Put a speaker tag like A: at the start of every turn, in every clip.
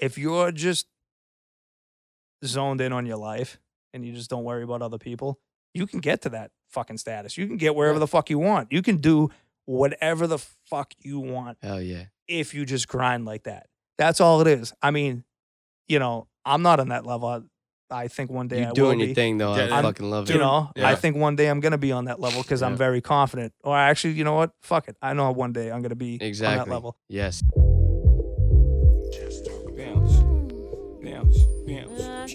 A: if you're just zoned in on your life and you just don't worry about other people, you can get to that fucking status. You can get wherever
B: Right.
A: the fuck you want. You can do whatever the fuck you want
B: Hell yeah.
A: if you just grind like that. That's all it is. I mean, you know, I'm not on that level. I, I think one day
B: you
A: I will
B: doing
A: be.
B: your thing though.
C: Yeah,
B: I
A: I'm
B: fucking love
A: You
B: it.
A: know, I
C: Yeah.
A: think one day I'm gonna be on that level because I'm
B: Yeah.
A: very confident. Or actually, you know what? Fuck it. I know one day I'm gonna be
B: exactly.
A: on that level.
B: Yes.
D: Bounce, bounce, bounce,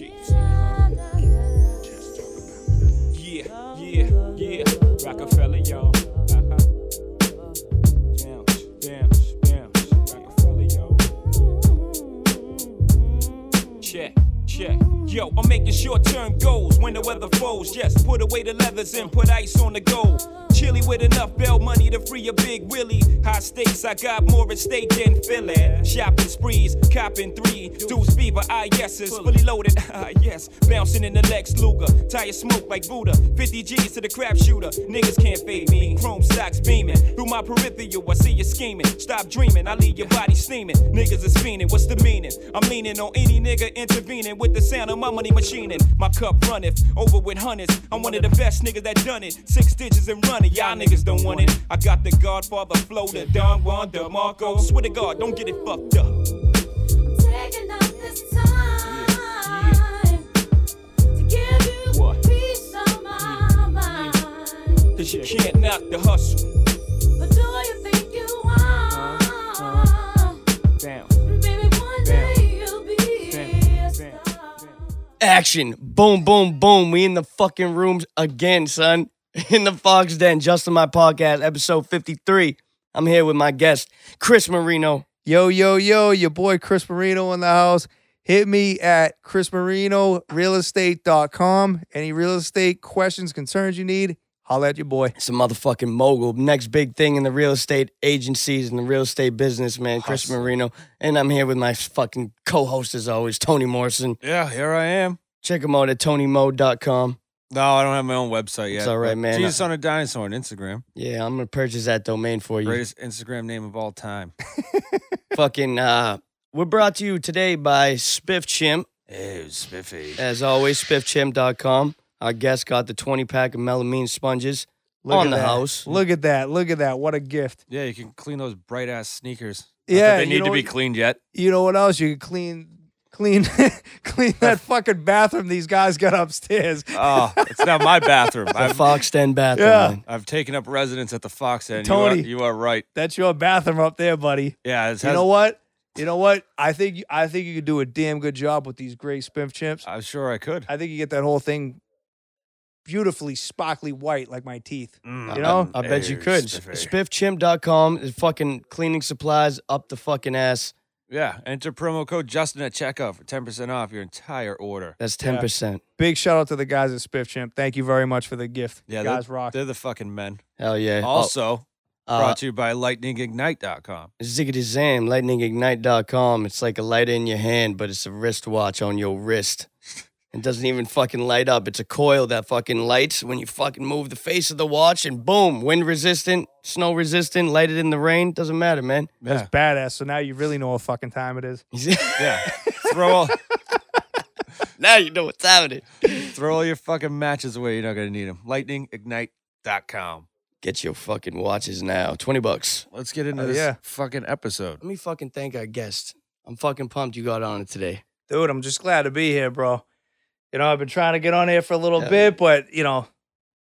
D: Yeah, yeah, yeah, Rockefeller, y'all. Uh-huh. Bounce, bounce, bounce, Rockefeller, y'all. Check, check. Yo, I'm making short term goals when the weather folds. Yes, put away the leathers and put ice on the gold. Chilly with enough bell money to free a big Willie. High stakes, I got more at stake than Philly. Shopping sprees, copping three. Deuce Beaver, ah, yeses. Fully loaded, ah, yes. Bouncing in the Lex Luger. Tire smoke like Buddha. 50 G's to the crap shooter. Niggas can't fade me. Chrome stocks beaming. Through my peripheral, I see you scheming. Stop dreaming, I leave your body steaming. Niggas is fiending, what's the meaning? I'm leaning on any nigga intervening with the sound of my money machining. My cup runneth over with hundreds. I'm one of the best niggas that done it. Six digits and running, y'all niggas don't want it. I got the Godfather flow, the Don Juan DeMarco. Swear to God, don't get it fucked up.
E: Taking up this time to give you
D: What?
E: peace of my mind.
D: Cause you can't knock the hustle.
E: But do you think you are?
D: Damn.
E: Baby, one day you'll be a star.
B: Action. Boom, boom, boom. We in the fucking rooms again, son. In the Fox Den, Justin My Podcast, episode 53. I'm here with my guest, Chris Marino.
A: Yo, yo, yo, your boy Chris Marino in the house. Hit me at chrismarinorealestate.com. Any real estate questions, concerns you need, holla at your boy.
B: It's a motherfucking mogul. Next big thing in the real estate agencies and the real estate business, man, Chris
C: Hustle.
B: Marino. And I'm here with my fucking co-host as always, Tony Morrison.
C: Yeah, here I am.
B: Check him out at tonymo.com.
C: No, I don't have my own website yet.
B: It's all right,
C: but
B: man.
C: Jesus on a dinosaur on Instagram.
B: Yeah, I'm gonna purchase that domain for you.
C: Greatest Instagram name of all time.
B: Fucking uh we're brought to you today by Spiff Chimp.
C: Ew, spiffy.
B: As always, spiffchimp.com. Our guest got the 20 pack of melamine sponges on
A: at
B: the
A: that.
B: house.
A: Look at that. Look at that. What a gift.
C: Yeah, you can clean those bright ass sneakers.
A: Yeah,
C: Not that they
A: you
C: need
A: know
C: to be
A: what-
C: cleaned yet.
A: You know what else? You can clean clean clean that fucking bathroom these guys got upstairs.
C: Oh, it's not my bathroom.
B: The
C: I've,
B: Fox Den bathroom.
A: Yeah.
B: man.
C: I've taken up residence at the Fox End.
A: Tony.
C: you are, you are right.
A: That's your bathroom up there, buddy.
C: Yeah, it has,
A: You know what? You know what? I think you- I think you could do a damn good job with these gray spiff chimps.
C: I'm sure I could.
A: I think you get that whole thing beautifully sparkly white like my teeth.
C: Mm,
A: You know?
B: I bet you
C: ew,
B: could.
C: spiffy.
B: Spiffchimp.com is fucking cleaning supplies up the fucking ass.
C: yeah, enter promo code Justin at checkout for 10% off your entire order.
B: That's 10%.
A: Big shout out to the guys at Spiff Chimp. Thank you very much for the gift.
C: Yeah,
A: You guys rock.
C: They're the fucking men.
B: Hell yeah.
C: Also,
B: Oh, uh,
C: brought to you by lightningignite.com.
B: Ziggity Zam, lightningignite.com. It's like a light in your hand, but it's a wristwatch on your wrist. It doesn't even fucking light up. It's a coil that fucking lights when you fucking move the face of the watch and boom, wind resistant, snow resistant, lighted in the rain. Doesn't matter, man.
C: Yeah.
A: Badass. So now you really know what fucking time it is.
C: yeah. Throw all,
B: now you know what's happening.
C: throw all your fucking matches away. You're not going to need them. Lightningignite.com.
B: Get your fucking watches now. 20 bucks.
C: Let's get into
A: Oh,
C: this
A: yeah.
C: fucking episode.
B: Let me fucking thank our guest. I'm fucking pumped you got on it today.
A: Dude, I'm just glad to be here, bro. You know, I've been trying to get on here for a little
B: Yeah.
A: bit, but you know,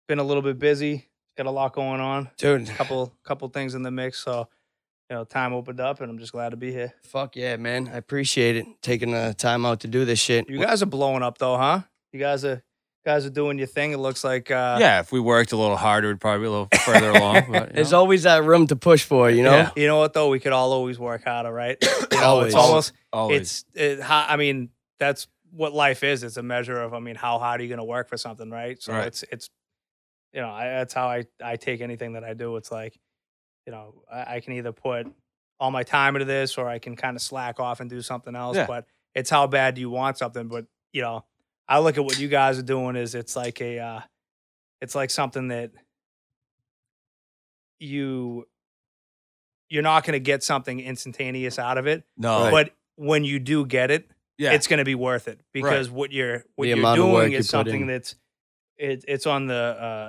A: been a little bit busy. Got a lot going on.
B: Dude,
A: Couple couple things in the mix. So, you know, time opened up and I'm just glad to be here.
B: fuck yeah, man. I appreciate it. Taking the time out to do this shit.
A: You guys are blowing up though, huh? You guys are you guys are doing your thing. It looks like uh
C: yeah, if we worked a little harder, we'd probably be a little further along. But, you
B: There's
C: know.
B: always that room to push for, you know?
C: Yeah.
A: You know what though? We could all always work harder, right? You know,
B: Always.
A: it's almost
C: always.
A: it's it, how, I mean that's what life is. It's a measure of I mean how hard are you going to work for something, right? So
C: Right.
A: it's it's you know I, that's how I I take anything that I do. It's like you know I, I can either put all my time into this or I can kind of slack off and do something else.
C: Yeah.
A: But it's how bad do you want something? But you know I look at what you guys are doing is it's like a uh, it's like something that you you're not going to get something instantaneous out of it
C: no,
A: but when you do get it,
C: Yeah.
A: it's going to be worth it because what you're what
B: The
A: you're
B: amount of work
A: doing
B: you
A: is
B: put in.
A: something that's it, it's on the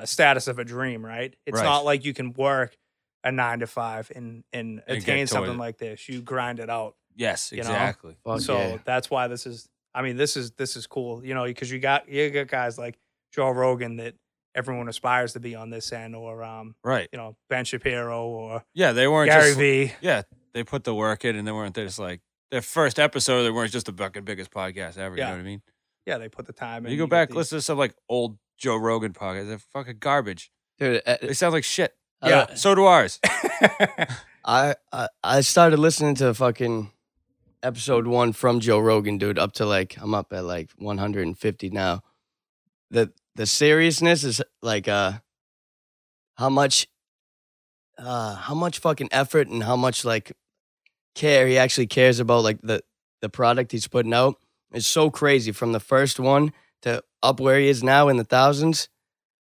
A: uh, status of a dream, right? It's
C: Right.
A: not like you can work a nine to five and and,
C: And get
A: attain something
C: toilet.
A: like this. You grind it out.
C: yes,
A: you know?
C: exactly.
B: Fuck
A: so
B: yeah.
A: that's why this is. I mean, this is this is cool, you know, because you got you got guys like Joe Rogan that everyone aspires to be on this end, or um,
C: Right.
A: you know, Ben Shapiro or
C: Yeah, they weren't
A: Gary
C: just
A: Vee.
C: Yeah, they put the work in and they weren't just like their first episode, they weren't just the fucking biggest podcast ever. You
A: Yeah.
C: know what I mean?
A: Yeah, they put the time. in.
C: you go
A: get
C: back,
A: the-
C: listen to some like old Joe Rogan podcast. They're fucking garbage.
B: Dude, eh,
C: They
B: I,
C: sound like shit. Uh,
A: Yeah.
C: So do ours.
B: I, I I started listening to fucking episode one from Joe Rogan, dude. Up to like I'm up at like 150 now. The the seriousness is like uh how much uh how much fucking effort and how much like care he actually cares about like the the product he's putting out is so crazy from the first one to up where he is now in the thousands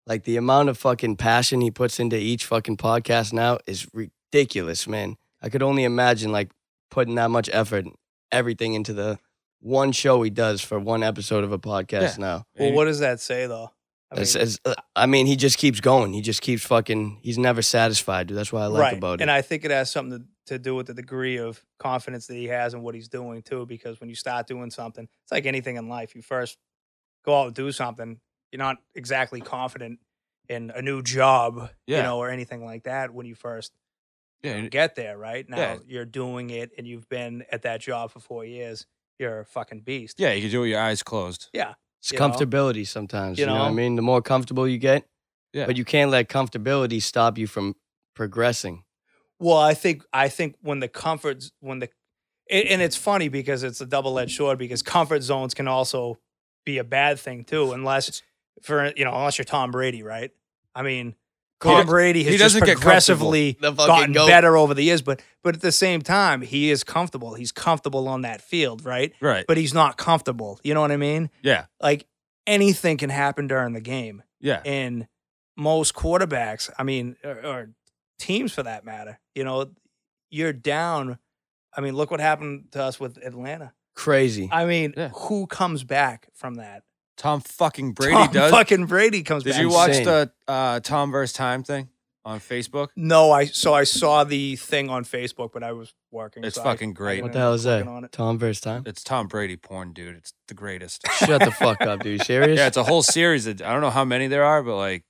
B: like the amount of fucking passion he puts into each fucking podcast now is ridiculous man i could only imagine like putting that much effort and everything into the one show he does for one episode of a podcast
C: Yeah.
B: now
A: Well, what does that say though? I
B: it's,
A: mean-
B: it's, uh, I mean, he just keeps going. He just keeps fucking. He's never satisfied, dude. That's what I like about
A: and
B: it.
A: I think it has something to, to do with the degree of confidence that he has in what he's doing too. Because when you start doing something, it's like anything in life. You first go out and do something, you're not exactly confident in a new job,
C: Yeah.
A: you know, or anything like that when you first
C: Yeah, and-
A: get there. Right now,
C: Yeah.
A: you're doing it, and you've been at that job for four years. You're a fucking beast.
C: yeah, you can do it with your eyes closed.
B: it's
A: you know?
B: comfortability sometimes.
A: You
B: You know, what I
A: know?
B: mean, the more comfortable you get,
C: Yeah.
B: but you can't let comfortability stop you from progressing.
A: Well, I think I think when the comfort z- when the a- and it's funny because it's a double edged sword because comfort zones can also be a bad thing too, unless for you know unless you're Tom Brady, right? I mean, Tom
C: does-
A: Brady has
C: he
A: just
C: doesn't get
A: progressively
B: The fucking
A: gotten
B: goat.
A: better over the years, but but at the same time, he is comfortable. He's comfortable on that field, right?
C: Right.
A: But he's not comfortable. You know what I mean?
C: Yeah.
A: Like anything can happen during the game
C: Yeah.
A: and most quarterbacks, I mean, or, or teams for that matter, you know, you're down. I mean, look what happened to us with Atlanta.
B: Crazy.
A: I mean,
C: Yeah.
A: who comes back from that?
C: Tom fucking Brady
A: Tom
C: does.
A: Fucking Brady comes
C: Did
A: back.
C: you watch
B: Insane.
C: the uh, Tom versus Time thing on Facebook?
A: No, I so I saw the thing on Facebook, but I was working.
C: It's
A: so I-
C: fucking great.
B: what
A: didn't
B: the
A: end
B: hell
A: up
B: is
A: clicking on
B: that?
A: it.
B: Tom versus time.
C: It's Tom Brady porn, dude. It's the greatest.
B: Shut the fuck up, dude. You Serious?
C: Yeah, it's a whole series. That, I don't know how many there are, but like,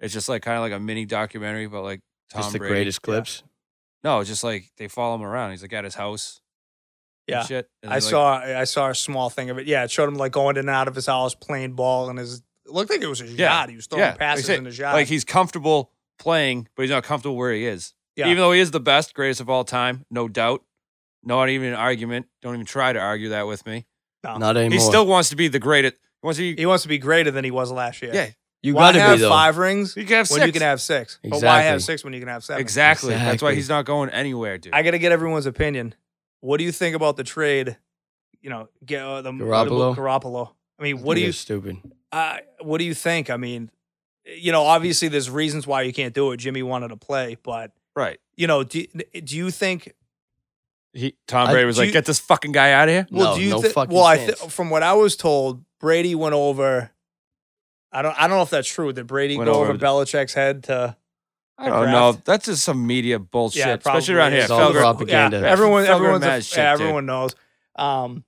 C: it's just like kind of like a mini documentary, but like Tom
B: just the
C: Brady.
B: greatest clips.
C: No, it's just like they follow him around. He's like at his house. and
A: Yeah.
C: shit. and
A: I
C: they're, like-
A: saw I saw a small thing of it. Yeah, it showed him like going in and out of his house, playing ball, and his it looked like it was his
C: Yeah.
A: yacht. He was throwing
C: Yeah, like I
A: passes
C: said,
A: in his yacht.
C: like he's comfortable playing, but he's not comfortable where he is.
A: Yeah.
C: Even though he is the best, greatest of all time, no doubt. Not even an argument. Don't even try to argue that with me.
A: No.
B: Not anymore.
C: He still wants to be the greatest. He wants to be,
A: he wants to be greater than he was last year.
C: yeah.
B: you
A: why
B: gotta
A: have
B: be though.
A: five rings
C: You can have
A: when
C: six.
A: you can have six? But why
B: Exactly.
A: have six when you can have seven?
C: exactly. That's why
B: Exactly.
C: he's not going anywhere, dude.
A: I got to get everyone's opinion. What do you think about the trade? You know, get uh, the
B: Garoppolo?
A: Garoppolo. I mean, what do
B: You're
A: you
B: Stupid.
A: uh, what do you think? I mean, you know, obviously there's reasons why you can't do it. Jimmy wanted to play, but
C: right.
A: you know, do do you think
C: He, Tom
B: I-
C: Brady was
A: do
C: like,
A: you-
C: get this fucking guy out of here.
B: No,
A: do you
B: no
A: thi-
B: fucking
A: Well, I
B: chance.
A: th- from what I was told, Brady went over. I don't. I don't know if that's true. Did Brady
C: Went
A: go
C: over
A: over,
C: to-
A: Belichick's head to?
C: I don't know. That's just some media bullshit,
A: probably
C: especially around here.
A: is.
B: It's all
C: Felger-
B: propaganda.
A: Yeah, everyone,
C: Felger
A: everyone's a,
C: mad shit,
A: yeah,
C: dude.
A: everyone knows. Um,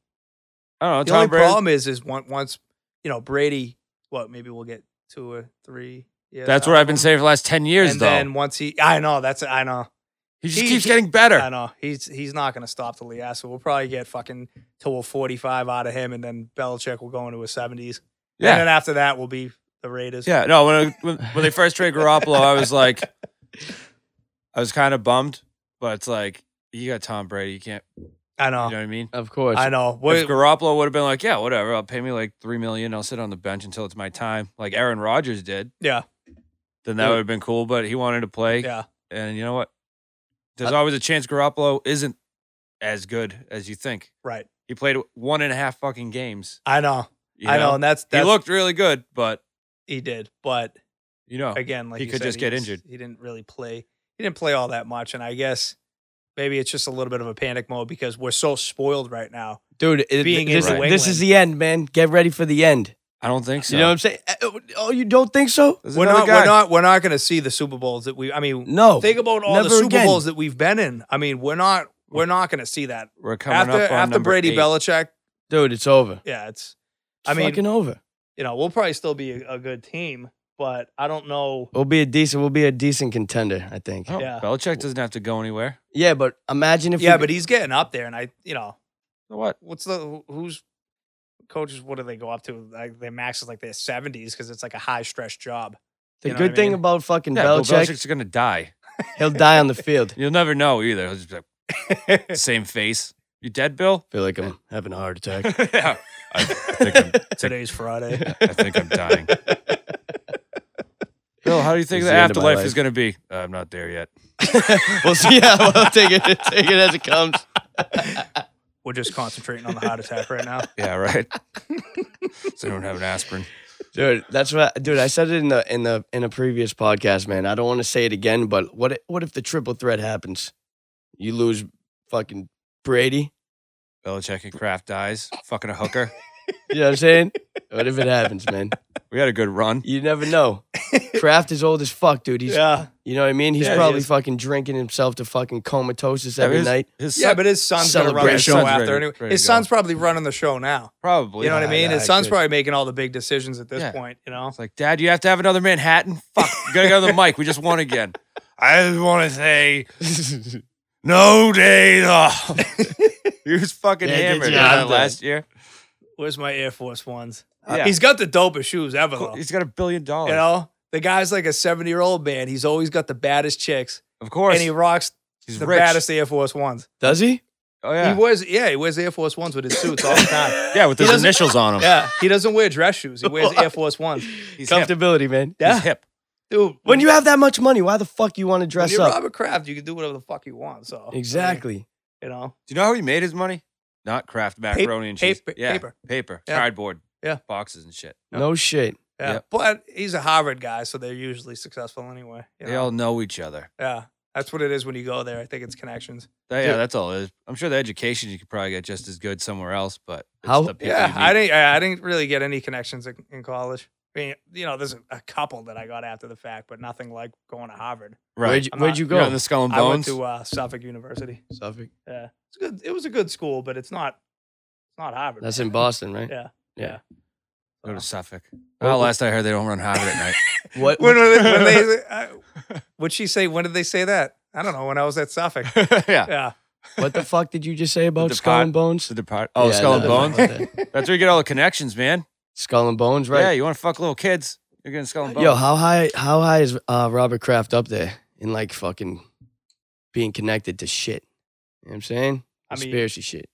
C: I don't know.
A: the
C: Tom
A: only
C: Brady.
A: problem is, is on- once you know Brady, what maybe we'll get two or three. years
C: That's
A: out
C: what
A: of
C: I've been
A: him.
C: saying for the last ten years,
A: um, And
C: though.
A: then once he, I know that's I know
C: he just
A: he-
C: keeps
A: he-
C: getting better.
A: I know he's he's not going to stop the Lias. So we'll probably get fucking till we're forty five out of him, and then Belichick will go into his seventies. and
C: yeah,
A: then after that will be the Raiders.
C: yeah. No, when, I- when when they first traded Garoppolo, I was like, I was kind of bummed, but it's like you got Tom Brady. You can't.
A: I know,
C: You know what I mean?
B: Of course.
A: I know. What,
C: if Garoppolo would have been like, yeah, whatever. I'll pay me like three million. I'll sit on the bench until it's my time, like Aaron Rodgers did.
A: yeah,
C: Then that
B: Yeah.
C: would have been cool. But he wanted to play.
A: yeah,
C: And you know what? There's always a chance Garoppolo isn't as good as you think.
A: right.
C: He played one and a half fucking games.
A: I know,
C: you
A: I know, and that's, that's
C: he looked really good, but
A: he did, but
C: you know,
A: again, like
C: Oh, He
A: you
C: could
A: said,
C: just get
A: was-
C: injured.
A: He didn't really play. He didn't play all that much, and I guess Maybe it's just a little bit of a panic mode because we're so spoiled right now.
B: Dude, it-
A: Being in
B: this,
A: New
B: this
A: England.
B: is the end, man. Get ready for the end.
C: I don't think so.
B: You know what I'm saying? Uh, Oh, you don't think so?
C: There's
A: We're
C: another
A: not,
C: guy.
A: we're not, we're not going to see the Super Bowls that we. I mean,
B: No,
A: Think about all
B: never
A: the Super
B: again.
A: Bowls that we've been in. I mean, we're not, we're not going to see that
C: We're Oh. coming
A: after
C: up on
A: after
C: number
A: Brady
C: eight.
A: Belichick.
B: Dude, it's over.
A: Yeah, it's.
B: It's
A: I mean,
B: fucking over.
A: you know, we'll probably still be a, a good team, but I don't know.
B: We'll be a decent. We'll be a decent contender, I think.
C: Oh,
A: Yeah.
C: Belichick doesn't have to go anywhere.
B: Yeah, but imagine if
A: Yeah,
B: we,
A: but he's getting up there, and I, you know,
C: So what?
A: what's the who- who's coaches? What do they go up to? Like their max is like their seventies because it's like a high stress job.
B: the
A: you know
B: good
A: what I
B: thing
A: mean?
B: about fucking
C: Yeah, Bill
B: Belichick,
C: Belichick's gonna die.
B: he'll die on the field.
C: You'll never know either. He'll just be like, same face. You dead, Bill?
B: feel like I'm having a heart attack.
C: yeah. I think, I'm,
A: Today's Friday.
C: I think I'm dying. Bill, how do you think
B: It's
C: the
B: the end of my
C: afterlife
B: life.
C: is gonna be? Uh, I'm not there yet.
B: we'll see. Yeah, we'll take it, take it as it comes.
A: We're just concentrating on the heart attack right now.
C: Yeah, right. so I don't have an aspirin.
B: Dude, that's what, dude. I said it in the in the in a previous podcast, man. I don't want to say it again, but what i- what if the triple threat happens? You lose fucking Brady.
C: Belichick and Kraft dies. Fucking a hooker.
B: You know what I'm saying? what if it happens, man?
C: We had a good run.
B: You never know. Kraft is old as fuck, dude. He's,
A: yeah,
B: you know what I mean? He's
C: Yeah, he
B: probably
C: is.
B: fucking drinking himself to fucking comatosis
C: I mean,
B: every
C: his-
B: night.
C: His
A: yeah,
C: son-
A: but his son's gonna run the
B: Celebration.
A: show
C: Son's
A: after
C: ready-
A: anyway.
C: ready to
A: His
C: go.
A: son's probably running the show now.
C: probably.
A: You know what I
B: Yeah,
A: mean?
B: yeah,
A: His son's
B: good.
A: probably making all the big decisions at this
C: Yeah.
A: point. You know,
C: It's like, Dad, you have to have another Manhattan. Fuck, you gotta go to the mic. We just won again. I just want to say, no days off. he was fucking
B: Yeah, he did
C: hammered
B: you
C: wasn't
B: have that.
C: it last year.
A: where's my Air Force ones?
C: Yeah.
A: Uh, He's got the dopest shoes ever.
C: Cool.
A: Though.
C: He's got a billion dollars.
A: You know, the guy's like a 70 year old man. He's always got the baddest chicks
C: of course,
A: and he rocks
C: he's
A: the
C: rich.
A: baddest Air Force Ones.
B: Does he?
C: oh yeah,
A: He wears, yeah, he wears Air Force Ones with his suits all the time.
C: yeah, with
A: He
C: his
A: doesn't-
C: initials on him.
A: yeah, he doesn't wear dress shoes. He wears Air Force Ones.
C: He's hip.
B: Comfortability, man.
A: Yeah.
C: He's hip.
A: Dude,
B: When you have that much money, why the fuck you want to
A: when
B: dress
A: you're
B: up?
A: Robert Kraft, you can do whatever the fuck you want. So I mean,
B: Exactly.
A: you know,
C: Do you know how he made his money? Not craft macaroni and cheese.
A: paper-
C: yeah,
A: paper.
C: paper,
A: Yeah.
C: cardboard,
A: Yeah.
C: boxes and shit.
B: No shit.
A: yeah.
C: Yep.
A: But he's a Harvard guy, so they're usually successful anyway. You
C: They
A: know?
C: all know each other.
A: yeah, that's what it is when you go there. I think it's connections.
C: That- yeah,
B: Dude.
C: that's all it is. I'm sure the education you could probably get just as good somewhere else, but it's
B: How-
C: the people
A: Yeah,
C: you meet.
A: I didn't. I I didn't really get any connections in, in college. I mean, you know, there's a, a couple that I got after the fact, but nothing like going to Harvard.
C: right.
B: Where'd you,
A: I'm
B: where'd
A: not-
B: you
C: You're
B: go?
C: on the Skull and
A: I went
C: Bones.
A: to uh, Suffolk University.
B: Suffolk.
A: Yeah, it's good. It was a good school, but it's not. It's not Harvard.
B: That's
A: man.
B: in Boston, right?
A: Yeah.
B: Yeah.
C: Go to Suffolk.
B: Well,
C: Well,
B: what-
C: last I heard, they don't run Harvard at night.
B: What?
A: When, were they, when they, uh, what'd she say? When did they say that? I don't know. When I was at Suffolk.
C: yeah.
A: Yeah.
B: What the fuck did you just say about
C: The
B: Skull
C: pot-
B: and Bones?
C: The depart. Oh,
B: Yeah,
C: Skull and
B: no, I
C: Bones.
B: don't know about that.
C: That's where you get all the connections, man.
B: Skull and Bones,
C: Yeah,
B: right?
C: you want to fuck little kids? You're getting Skull and Bones.
B: Yo, how high? How high is uh, Robert Kraft up there in like fucking being connected to shit? You know what I'm saying
A: I mean-
B: conspiracy shit,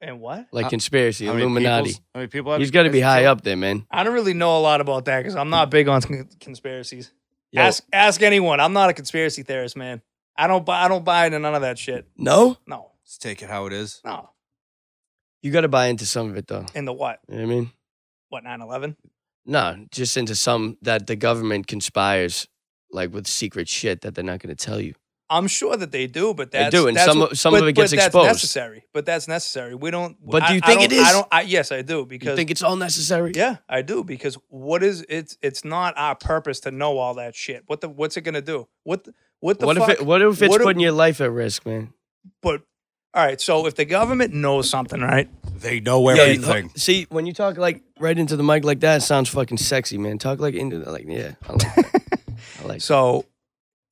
A: And what?
B: like
C: How-
B: conspiracy,
C: How many
B: Illuminati.
C: peoples- How many people? Have
B: He's
C: you
B: got to be
C: guys
B: high
C: killed?
B: up there, man.
A: I don't really know a lot about that because I'm not big on con- conspiracies.
B: Yo,
A: Ask ask anyone. I'm not a conspiracy theorist, man. I don't buy. I don't buy into none of that shit.
B: no,
A: No.
C: Let's take it how it is.
A: No.
B: you got to buy into some of it though.
A: In the what?
B: You know what I mean?
A: What? 9/11.
B: No, just into some that the government conspires, like with secret shit that they're not going to tell you.
A: I'm sure that they do, but
B: They
A: that's
B: do, and
A: that's
B: some
A: what-
B: of- some of
A: but-
B: it gets
A: but that's
B: exposed.
A: Necessary, but that's necessary. We don't.
B: But do
A: I-
B: you
A: I
B: think
A: don't-
B: it
A: I
B: is?
A: don't. I, yes, I do because
B: You think it's all necessary?
A: yeah, I do because what is it's it's not our purpose to know all that shit. What the what's it gonna do? What the, what the
B: What
A: fuck?
B: if it, what if it's
A: What if-
B: putting your life at risk, man?
A: but all right, so if the government knows something, right?
C: They know
B: See, when you talk like right into the mic like that, it sounds fucking sexy, man. Talk like into the, like yeah, I like that. I like
A: So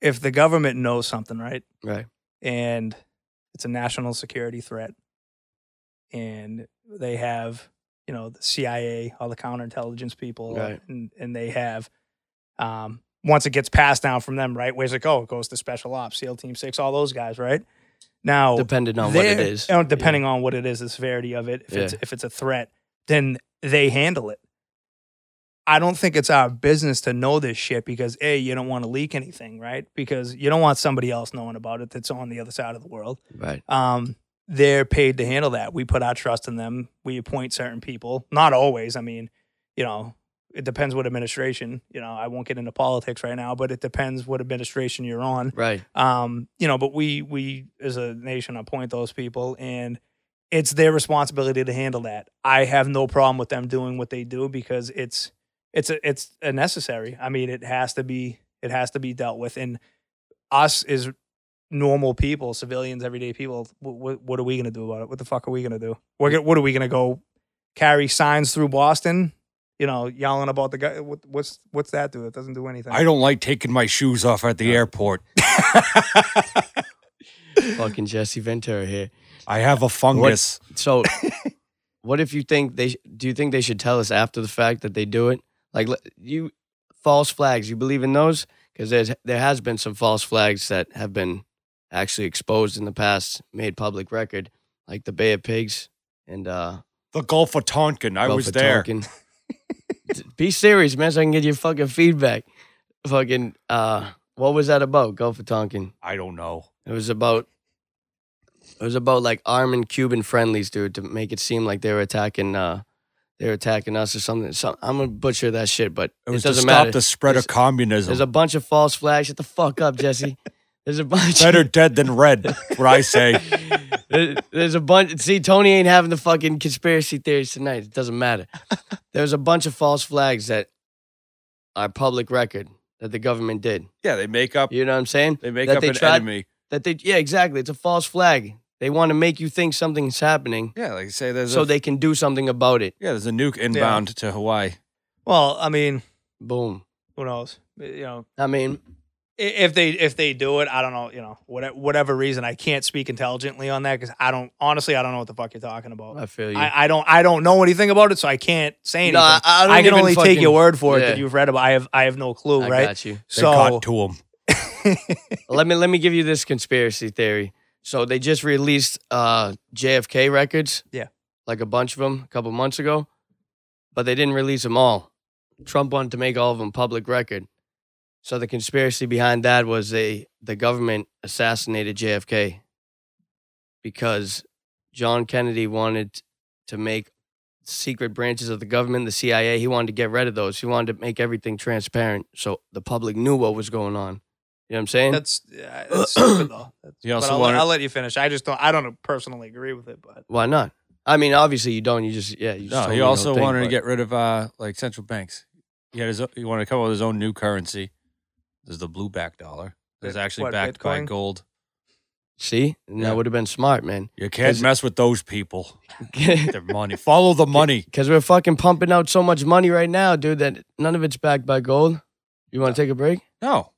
A: if the government knows something, right?
B: right.
A: and it's a national security threat. And they have, you know, the CIA, all the counterintelligence people, uh,
B: Right.
A: and, and they have, um, once it gets passed down from them, right? Where's it go? It goes to Special Ops, SEAL Team Six, all those guys, right? Now,
B: Depending on what it
A: they're-
B: is.
A: you know, Oh, depending on what it is, the severity of it. If it's
B: Yeah.
A: if it's a threat, then they handle it. I don't think it's our business to know this shit because a you don't want to leak anything, right? Because you don't want somebody else knowing about it that's on the other side of the world.
B: Yeah. right.
A: Um, they're paid to handle that. We put our trust in them. We appoint certain people, not always. I mean, you know, it depends what administration. You know, I won't get into politics right now, but it depends what administration you're on.
B: Right.
A: Um, you know, but we we as a nation appoint those people, and it's their responsibility to handle that. I have no problem with them doing what they do because it's it's a, it's a necessary. I mean, it has to be it has to be dealt with, and us is normal people, civilians, everyday people. What, what are we gonna do about it? What the fuck are we gonna do? We're gonna, what are we gonna go carry signs through Boston? You know, yelling about the guy. What, what's what's that do? It doesn't do anything.
C: I don't like taking my shoes off at the airport.
B: Fucking Jesse Ventura here.
C: I have a fungus.
B: So, what if you think they? sh- Do you think they should tell us after the fact that they do it? Like le- you, false flags. You believe in those? Because there's there has been some false flags that have been actually exposed in the past, made public record, like the Bay of Pigs and uh.
C: The Gulf of Tonkin. I
B: Gulf
C: was
B: of
C: there.
B: Tonkin. Be serious, man, so I can get your fucking feedback. Fucking uh, what was that about? Gulf of Tonkin.
C: I don't know.
B: It was about it was about like arming Cuban friendlies, dude, to make it seem like they were attacking uh they were attacking us or something. So I'm gonna butcher that shit, but
C: It
B: it,
C: was to
B: doesn't
C: stop
B: matter.
C: the spread
B: There's-
C: of communism.
B: There's a bunch of false flags. Shut the fuck up, Jesse. There's a bunch.
C: Better dead than red. that's What I say.
B: There- There's a bunch. See, Tony ain't having the fucking conspiracy theories tonight. It doesn't matter. There's a bunch of false flags that are public record that the government did.
C: Yeah, they make up.
B: You know what I'm saying?
C: They make
B: that
C: up
B: they
C: an
B: tried-
C: enemy.
B: That they, yeah, exactly. It's a false flag. They want to make you think something's happening
C: Yeah, like say there's
B: so
C: a,
B: they can do something about it.
C: yeah there's a nuke inbound to Hawaii.
A: well, I mean,
B: Boom.
A: who knows? You know,
B: I mean,
A: i- if they if they do it, I don't know. You know, whatever whatever reason, I can't speak intelligently on that because I don't honestly I don't know what the fuck you're talking about.
B: I feel you.
A: I, I don't I don't know anything about it, so I can't say anything.
B: No, I- I don't
A: can
B: even
A: only take
B: fucking-
A: your word for it that
B: yeah.
A: you've read about. I have I have no clue,
B: I
A: right?
B: got you.
C: They
A: So
C: caught to them.
B: let me let me give you this conspiracy theory. So they just released uh, JFK records.
A: Yeah.
B: like a bunch of them a couple months ago, but they didn't release them all. Trump wanted to make all of them public record. So the conspiracy behind that was they the government assassinated JFK because John Kennedy wanted to make secret branches of the government, the CIA. He wanted to get rid of those. He wanted to make everything transparent so the public knew what was going on. You know what I'm saying?
A: that's yeah, that's stupid though. That's,
C: You
A: but
C: also
A: I'll,
C: want
A: I'll let you finish. I just don't I don't personally agree with it, but
B: Why not? I mean, obviously you don't. You just yeah. You just
C: No,
B: told me
C: he
B: the whole
C: also
B: thing,
C: wanted to
B: but-
C: get rid of uh, like central banks. He had his o- he wanted to come up with his own new currency. There's the blue back dollar. It's
A: Bit-
C: actually
A: what,
C: backed by
A: Bitcoin?
C: gold.
B: See, and
C: Yeah.
B: that would have been smart, man.
C: You can't
B: Is-
C: mess with those people.
B: Because
C: Their money. Follow the money.
B: we're fucking pumping out so much money right now, dude. That none of it's backed by gold. You want to take a break?
C: No,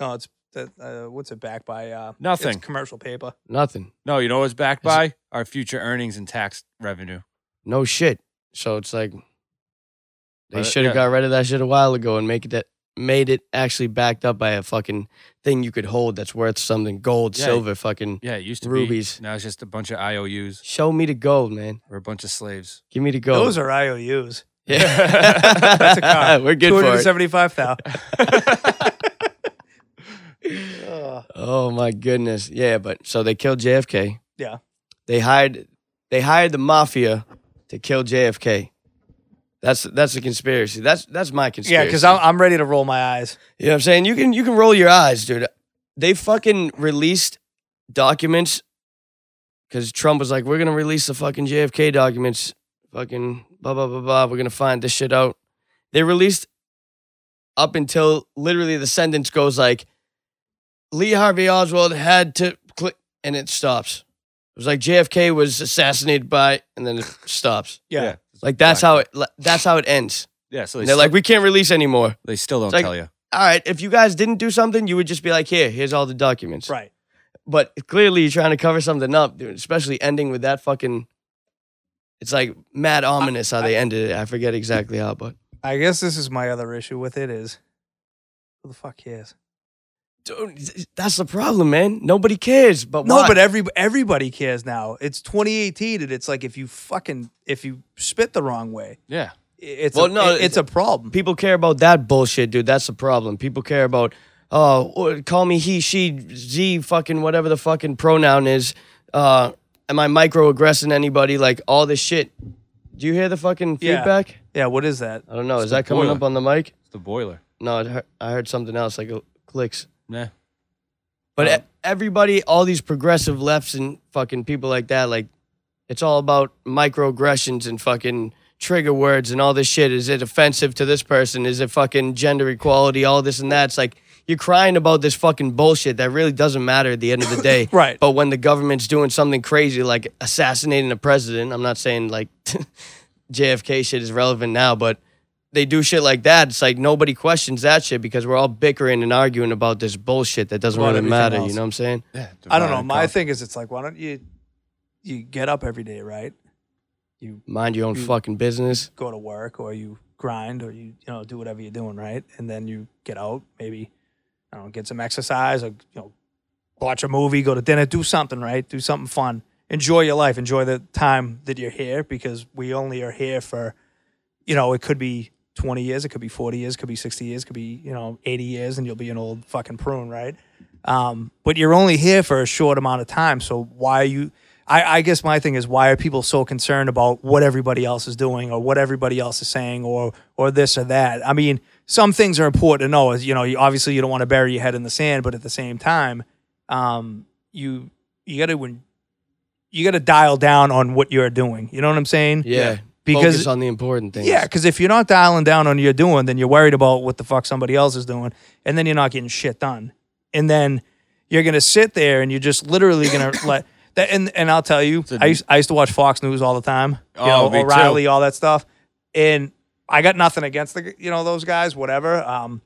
A: no, it's that uh, what's it backed by? Uh,
C: Nothing.
A: It's commercial paper.
B: Nothing.
C: no. You know what's backed
B: Is
C: by our future earnings and tax revenue.
B: No shit. So it's like they
C: But,
B: should have
C: yeah.
B: got rid of that shit a while ago and make it that made it actually backed up by a fucking thing you could hold that's worth something. Gold,
C: Yeah.
B: silver, fucking.
C: Yeah, it used to
B: Rubies.
C: be. Now it's just a bunch of IOUs
B: Show me the gold, man.
C: or a bunch of slaves.
B: Give me the gold.
A: Those are IOUs.
B: yeah.
A: That's a car.
B: We're good
A: Two
B: for
A: hundred
B: it.
A: seventy-five thousand.
B: Oh my goodness. Yeah, but so they killed JFK.
A: Yeah.
B: They hired they hired the mafia to kill JFK. That's that's a conspiracy. That's that's my conspiracy.
A: Yeah, because I'm, I'm ready to roll my eyes.
B: You know what I'm saying? You can you can roll your eyes, dude. They fucking released documents because Trump was like, "We're gonna release the fucking JFK documents." Fucking blah blah blah blah. We're gonna find this shit out. They released up until literally the sentence goes like, "Lee Harvey Oswald had to click," and it stops. It was like JFK was assassinated by, and then it stops.
A: Yeah.
B: Like that's how it. That's how it ends.
C: Yeah. So they
B: And they're
C: still,
B: like, "We can't release anymore."
C: they still don't
B: It's like-
C: tell you.
B: all right, if you guys didn't do something, you would just be like, here, here's all the documents.
A: Right.
B: But clearly you're trying to cover something up, dude, especially ending with that fucking. It's like mad ominous how they ended it. I forget exactly how, but.
A: I guess this is my other issue with it is who the fuck cares?
B: Dude, th- that's the problem, man. Nobody cares. But
A: No,
B: why?
A: but e- every everybody cares now. It's 2018, and it's like if you fucking if you spit the wrong way,
C: Yeah.
A: i- it's
B: Well,
A: a,
B: no,
A: it- it's a problem.
B: people care about that bullshit, dude. That's the problem. People care about, oh, or- call me he, she, z, fucking whatever the fucking pronoun is. Uh, am I microaggressing anybody? Like all this shit. Do you hear the fucking
A: Yeah.
B: feedback?
A: Yeah, what is that?
B: I don't know.
C: It's
B: Is
C: the
B: that coming
C: boiler.
B: up on the mic?
C: It's the boiler.
B: No, I heard, I heard something else like uh, clicks.
C: Nah.
B: But
C: Um,
B: e- everybody, all these progressive lefts and fucking people like that, like it's all about microaggressions and fucking trigger words and all this shit. Is it offensive to this person? Is it fucking gender equality? All this and that. It's like you're crying about this fucking bullshit that really doesn't matter at the end of the day.
A: Right.
B: But when the government's doing something crazy like assassinating a president, I'm not saying like JFK shit is relevant now, but they do shit like that. It's like nobody questions that shit because we're all bickering and arguing about this bullshit that doesn't
A: About
B: really
A: everything
B: matter.
A: else.
B: You know what I'm saying?
A: I don't know. My thing is, it's like, why don't you you get up every day, right? You
B: Mind your own
A: Mm.
B: fucking business.
A: go to work or you grind or you you know do whatever you're doing, right? And then you get out, maybe I don't know, get some exercise or you know watch a movie, go to dinner, do something, right? Do something fun. Enjoy your life. Enjoy the time that you're here because we only are here for you know, it could be 20 years, it could be 40 years, it could be 60 years, it could be, you know, 80 years and you'll be an old fucking prune, right? Um, but you're only here for a short amount of time. So why are you I, I guess my thing is why are people so concerned about what everybody else is doing or what everybody else is saying or or this or that? I mean, some things are important to know. Is you know, you, obviously you don't want to bury your head in the sand, but at the same time, um, you you got to you got to dial down on what you're doing. You know what I'm saying?
B: Yeah.
A: Because
B: Focus on the important things.
A: yeah, because if you're not dialing down on your doing, then you're worried about what the fuck somebody else is doing, and then you're not getting shit done. And then you're gonna sit there and you're just literally gonna let that. And and I'll tell you, I used, I used to watch Fox News all the time. You
C: Oh, me
A: know,
C: too.
A: O'Reilly, all that stuff. And I got nothing against the you know those guys, whatever. Um,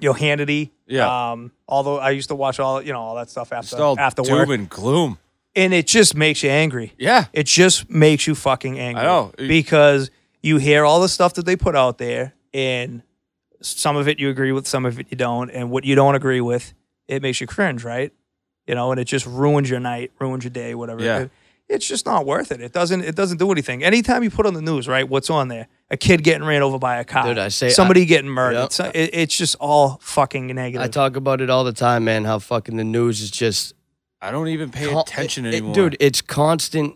A: you know Hannity.
C: Yeah.
A: Um, although I used to watch all you know all that stuff
C: It's
A: after
C: all
A: after
C: doom
A: work,
C: and gloom.
A: and it just makes you angry.
C: Yeah.
A: It just makes you fucking angry.
C: I know. It-
A: Because you hear all the stuff that they put out there, and some of it you agree with, some of it you don't. And what you don't agree with, it makes you cringe, right? You know, and it just ruins your night, ruins your day, whatever.
C: Yeah.
A: It- it's just not worth it. It doesn't. It doesn't do anything. Anytime you put on the news, right? What's on there? A kid getting ran over by a car.
B: Dude, I say-
A: somebody getting murdered.
B: Yep.
A: So- it- it's just all fucking negative.
B: I talk about it all the time, man, how fucking the news is just
C: I don't even pay
B: Con-
C: attention
B: it- it-
C: anymore.
B: dude. It's constant,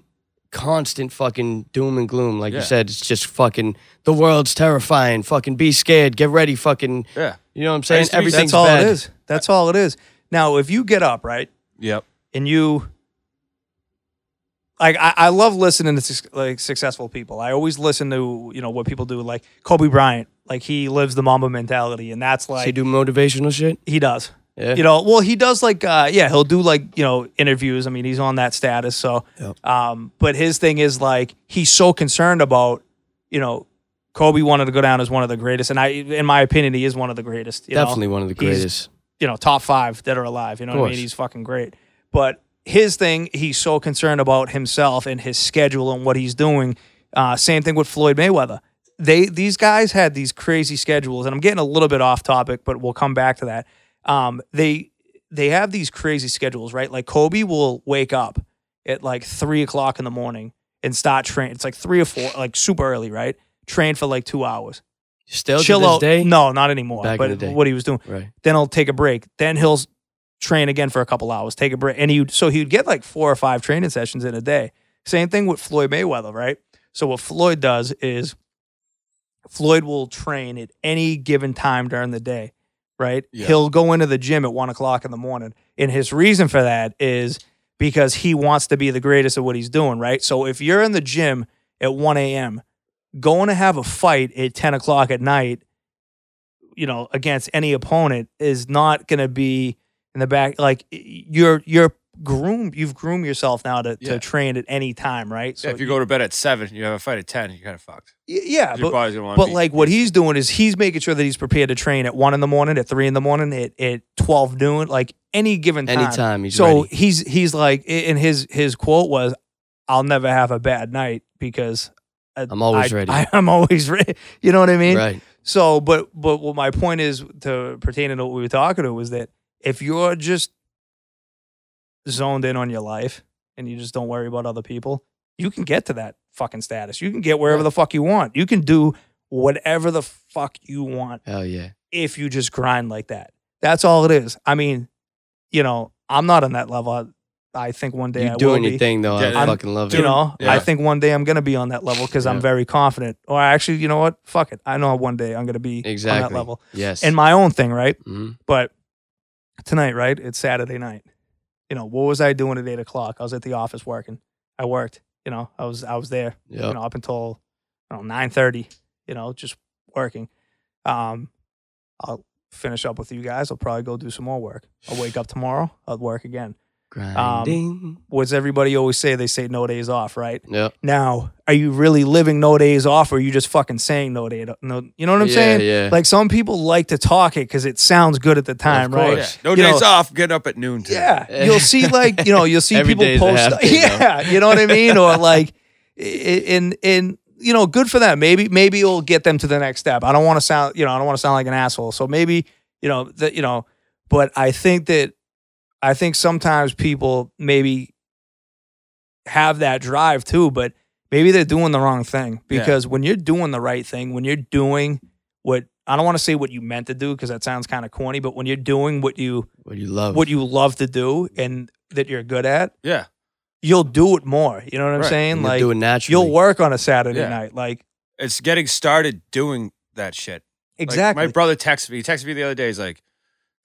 B: constant fucking doom and gloom. Like you
C: Yeah.
B: said, it's just fucking the world's terrifying. Fucking be scared. Get ready. Fucking.
C: Yeah.
B: You know what I'm saying?
C: used to be-
B: Everything's
A: That's all
B: bad.
A: it is. That's all it is. Now, if you get up, right,
C: Yep.
A: and you like I, I love listening to suc- like successful people. I always listen to you know what people do. Like Kobe Bryant, like he lives the Mamba mentality, and that's
B: So
A: like
B: you do motivational shit.
A: he does.
B: Yeah.
A: You know, well, he does like, uh, yeah, he'll do like, you know, interviews. I mean, he's on that status. So,
B: Yep.
A: um, but his thing is like, he's so concerned about, you know, Kobe wanted to go down as one of the greatest. And I, in my opinion, he is one of the greatest. you know?
B: Definitely one of the
A: He's-
B: greatest.
A: you know, top five that are alive. You know what I mean?
B: course.
A: He's fucking great. But his thing, he's so concerned about himself and his schedule and what he's doing. Uh, same thing with Floyd Mayweather. They these guys had these crazy schedules, and I'm getting a little bit off topic, but we'll come back to that. Um, they they have these crazy schedules, right? Like Kobe will wake up at like three o'clock in the morning and start train. It's like three or four, like super early, right? Train for like two hours.
B: Still
A: Chill
B: to this
A: out.
B: day.
A: No, not anymore.
B: Back in
A: but
B: the day.
A: what he was doing
B: Right.
A: then he'll take a break. Then he'll s- train again for a couple hours, take a break. And he so he'd get like four or five training sessions in a day. Same thing with Floyd Mayweather, right? So what Floyd does is Floyd will train at any given time during the day, right?
C: Yeah.
A: He'll go into the gym at one o'clock in the morning. And his reason for that is because he wants to be the greatest at what he's doing, right? So if you're in the gym at 1 a.m., going to have a fight at 10 o'clock at night, you know, against any opponent is not going to be in the back. Like y- you're, you're groomed, you've groomed yourself now to,
C: Yeah.
A: to train at any time, right?
C: Yeah, if you go to bed at seven, you have a fight at ten, you're kind of fucked.
A: y- yeah,
C: 'Cause your
A: but,
C: body's gonna want
A: but like what he's doing is he's making sure that he's prepared to train at one in the morning, at three in the morning, at, at twelve noon, like any given time.
B: Anytime he's
A: so
B: ready.
A: he's he's like, a- and his his quote was, "I'll never have a bad night because I,
B: I'm always
A: I-
B: ready."
A: I, am always ready." You know what I mean?
B: Right.
A: So, but but what my point is to pertaining to what we were talking to was that if you're just zoned in on your life and you just don't worry about other people, you can get to that fucking status. You can get wherever the fuck you want. You can do whatever the fuck you want
B: Hell yeah.
A: if you just grind like that. That's all it is. I mean, you know, I'm not on that level. I think one day
B: You
A: I
B: doing
A: will be.
B: your thing though.
C: Yeah,
B: I
C: I'm
B: fucking love
A: You
B: it.
A: know,
C: Yeah.
A: I think one day I'm gonna be on that level because
B: Yeah.
A: I'm very confident. Or actually, you know what? Fuck it. I know one day I'm gonna be
B: Exactly.
A: on that level.
B: Yes.
A: And my own thing, right?
B: Mhm.
A: But tonight, right? It's Saturday night. You know, what was I doing at eight o'clock? I was at the office working. I worked. You know, I was I was there.
B: Yep.
A: You know, up until I don't know nine thirty. You know, just working. Um, I'll finish up with you guys. I'll probably go do some more work. I'll wake up tomorrow. I'll work again.
B: Grinding.
A: What's everybody always say? They say no days off, right?
B: Yep.
A: Now, are you really living no days off, or are you just fucking saying no day? No, you know what I'm
B: yeah,
A: saying?
B: Yeah.
A: Like some people like to talk it because it sounds good at the time, right?
B: course.
C: No
A: You
C: days
A: know-
C: off. Get up at noon. Today.
A: Yeah, you'll see like you know you'll see
B: Every
A: people
B: day is a
A: post.
B: half day, though.
A: yeah, you know what I mean, or like i- in in you know good for them. Maybe maybe it'll get them to the next step. I don't want to sound you know I don't want to sound like an asshole. So maybe you know that you know, but I think that I think sometimes people maybe have that drive too, but maybe they're doing the wrong thing
C: Yeah.
A: because when you're doing the right thing, when you're doing what I don't want to say what you meant to do because that sounds kind of corny, but when you're doing what you
B: What do you love?
A: what you love to do and that you're good at,
C: Yeah.
A: you'll do it more. You know what I'm
C: Right.
A: saying?
B: And you'll
A: like
B: do it naturally.
A: you'll work on a Saturday
C: Yeah.
A: night. Like
C: It's getting started doing that shit. Like,
A: exactly.
C: my brother texted me. He texted me the other day. He's like,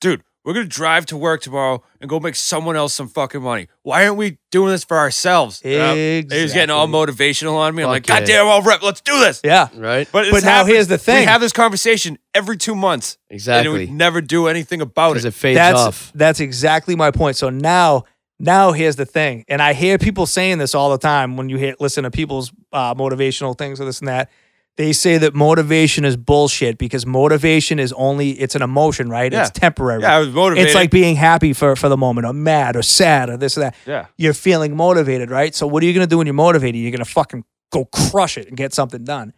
C: dude, we're going to drive to work tomorrow and go make someone else some fucking money. Why aren't we doing this for ourselves? And I-
A: exactly.
C: He was getting all motivational on me. I'm
B: Fuck
C: like,
B: yeah.
C: God damn, I'll rip. Let's do this.
A: Yeah.
B: Right.
A: But
C: But, it's
A: now
C: happened.
A: here's the
C: We
A: thing.
C: have this conversation every two months. And we
B: Exactly.
C: never do anything about
B: Because
C: it.
B: it fades
A: That's
B: off.
A: that's exactly my point. So now now here's the thing. And I hear people saying this all the time when you hear listen to people's uh, motivational things or this and that. They say that motivation is bullshit because motivation is only it's an emotion, right?
C: Yeah.
A: It's temporary.
C: Yeah, I was motivated.
A: It's like being happy for for the moment, or mad, or sad, or this or that.
C: Yeah.
A: You're feeling motivated, right? So what are you gonna do when you're motivated? You're gonna fucking go crush it and get something done.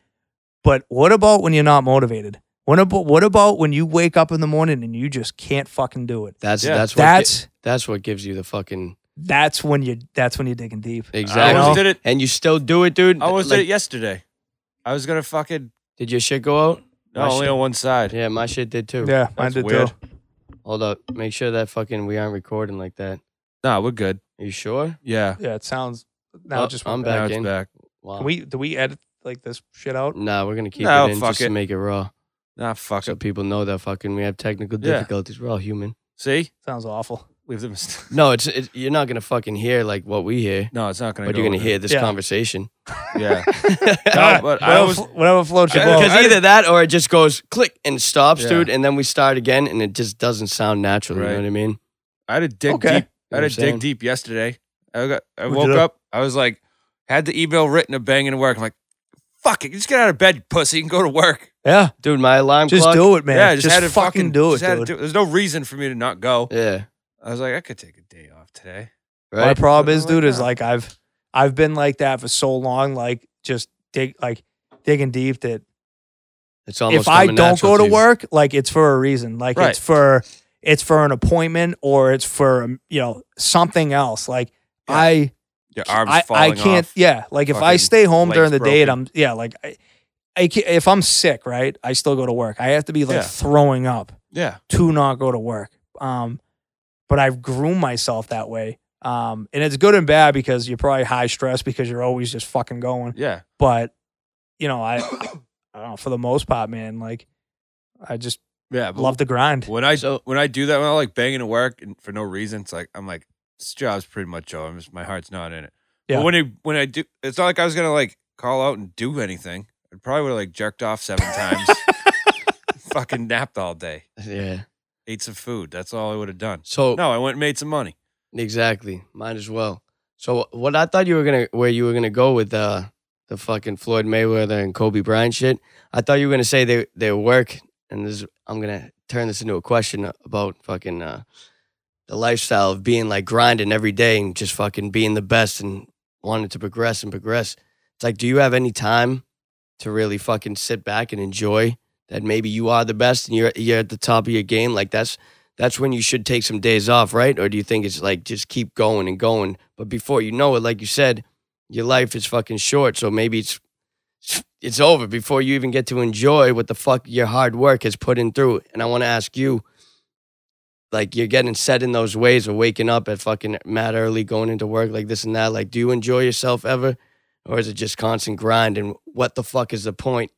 A: But what about when you're not motivated? What about what about when you wake up in the morning and you just can't fucking do it?
B: That's
C: Yeah.
B: that's what
A: That's
B: gi- that's what gives you the fucking
A: that's when you that's when you're digging deep.
B: exactly.
C: I almost
A: know?
C: did it.
B: And you still do it, dude.
C: I almost
B: Like,
C: did it yesterday. I was going to fucking,
B: Did your shit go out?
C: no,
B: My
C: only
B: shit-
C: on one side.
B: Yeah, my shit did too.
A: Yeah, mine
C: That's
A: did
C: weird.
A: too.
B: Hold up. Make sure that fucking we aren't recording like that.
C: Nah, we're good.
B: Are you sure?
C: Yeah.
A: Yeah, it sounds now
B: Oh,
A: it just went
B: I'm
A: back.
B: Back
C: now it's
B: in.
C: back.
B: Wow.
A: Can we do we edit like this shit out?
B: Nah, we're gonna keep
C: No,
B: it in
C: fuck
B: just
C: it.
B: to make it raw,
C: Nah, fuck
B: so
C: it.
B: people know that fucking we have technical
C: Yeah.
B: difficulties. We're all human.
C: See?
A: Sounds awful.
C: Leave the mistake.
B: No, it's it, you're not gonna fucking hear like what we hear,
C: No, it's not going to
B: but you're gonna hear this
A: Yeah.
B: conversation.
C: Yeah.
A: Alright,
C: but I
A: whatever,
C: was-
A: fl- whatever floats your
C: I-
A: boat.
B: Because either that or it just goes click and stops,
C: Yeah.
B: dude, and then we start again, and it just doesn't sound natural.
C: Right.
B: You know what I mean?
C: I had to dig
A: Okay.
C: deep. I had
B: You know
C: to
B: what I'm saying?
C: dig deep yesterday. I got. I
A: What'd you
C: woke
A: do?
C: up. I was like, had the email written, a bang into work. I'm like, fuck it, just get out of bed, you pussy, and go to work.
A: Yeah,
B: Dude, my alarm
A: just
B: clock.
A: do it, man.
C: yeah,
A: just
C: had to
A: fucking, do it,
C: just had to
A: dude.
C: There's no reason for me to not go.
B: Yeah,
C: I was like, I could take a day off today.
A: My
B: right.
A: problem is,
C: Something like
A: dude, is
C: that.
A: like I've I've been like that for so long, like just dig like digging deep that
B: It's almost
A: if I
B: coming
A: don't
B: natural
A: go to
B: you.
A: work, like it's for a reason. Like
C: Right.
A: it's for it's for an appointment or it's for um, you know something else. Like
C: Yeah.
A: I
C: Your arms
A: I, I
C: falling
A: can't
C: off.
A: yeah. Like if I
C: Fucking
A: stay home during
C: legs
A: the day and
C: broken.
A: I'm yeah like I, I can't, if I'm sick right, I still go to work. I have to be like
C: Yeah.
A: throwing up
C: Yeah,
A: to not go to work. Um, but I've groomed myself that way. Um, and it's good and bad because you're probably high stress because you're always just fucking going
C: yeah,
A: but you know, I, I don't know, for the most part, man, like I just
C: yeah. but
A: love the grind.
C: when I
B: So-
C: when I do that, when I like banging to work and for no reason, it's like I'm like this job's pretty much over. I'm just, my heart's not in it.
A: Yeah.
C: But when I when I do, it's not like I was gonna like call out and do anything. I probably would have like jerked off seven times, fucking napped all day.
B: Yeah.
C: ate some food. That's all I would have done.
B: So
C: No, I went and made some money.
B: Exactly. Might as well. So what I thought you were gonna where you were gonna go with uh the fucking Floyd Mayweather and Kobe Bryant shit. I thought you were gonna say they their work and this I'm gonna turn this into a question about fucking uh the lifestyle of being like grinding every day and just fucking being the best and wanting to progress and progress. It's like, do you have any time to really fucking sit back and enjoy that maybe you are the best and you're you're at the top of your game? Like that's that's when you should take some days off, right? Or do you think it's like just keep going and going? But before you know it, like you said, your life is fucking short. So maybe it's it's over before you even get to enjoy what the fuck your hard work has put in through. And I want to ask you, like you're getting set in those ways of waking up at fucking mad early, going into work like this and that. Like, do you enjoy yourself ever? Or is it just constant grind? And what the fuck is the point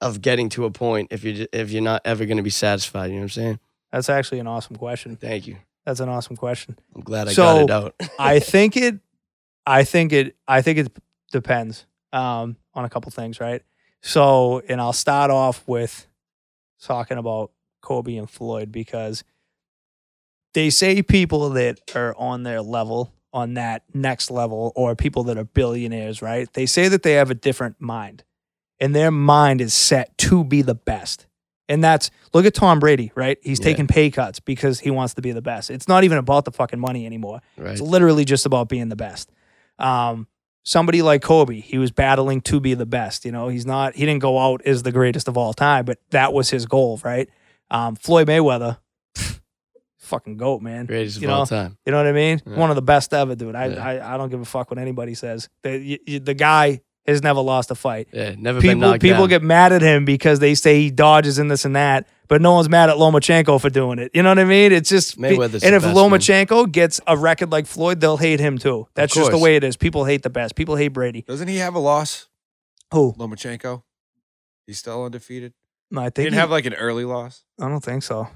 B: of getting to a point if you if you're not ever gonna be satisfied? You know what I'm saying?
A: That's actually an awesome question.
B: Thank you.
A: That's an awesome question.
B: I'm glad I got
A: So-
B: it out.
A: I think it, I think it, I think it depends um, on a couple things, right? So, and I'll start off with talking about Kobe and Floyd because they say people that are on their level, on that next level, or people that are billionaires, right? They say that they have a different mind and their mind is set to be the best. And that's look at Tom Brady, right? He's
B: Yeah.
A: taking pay cuts because he wants to be the best. It's not even about the fucking money anymore.
B: Right.
A: It's literally just about being the best. Um, somebody like Kobe, he was battling to be the best. You know, he's not, he didn't go out as the greatest of all time, but that was his goal, right? Um, Floyd Mayweather, fucking goat, man.
B: Greatest of
A: you
B: all
A: know,
B: time.
A: You know what I mean?
B: Yeah.
A: One of the best ever, dude. I,
B: Yeah.
A: I, I don't give a fuck what anybody says. The, y y- the guy has never lost a fight
B: Yeah, never been
A: people
B: knocked
A: people
B: down.
A: get mad at him because they say he dodges and this and that, but no one's mad at Lomachenko for doing it. You know what I mean? It's just be-
B: Mayweather's
A: and
B: the
A: if
B: best, man.
A: Lomachenko gets a record like Floyd, they'll hate him too. That's just the
B: course.
A: way it is. People hate the best. People hate Brady.
C: Doesn't he have a loss,
A: Who?
C: Lomachenko? He's still undefeated.
A: No, I
C: He
A: think
C: didn't
A: he-
C: have like an early loss.
A: I don't think so.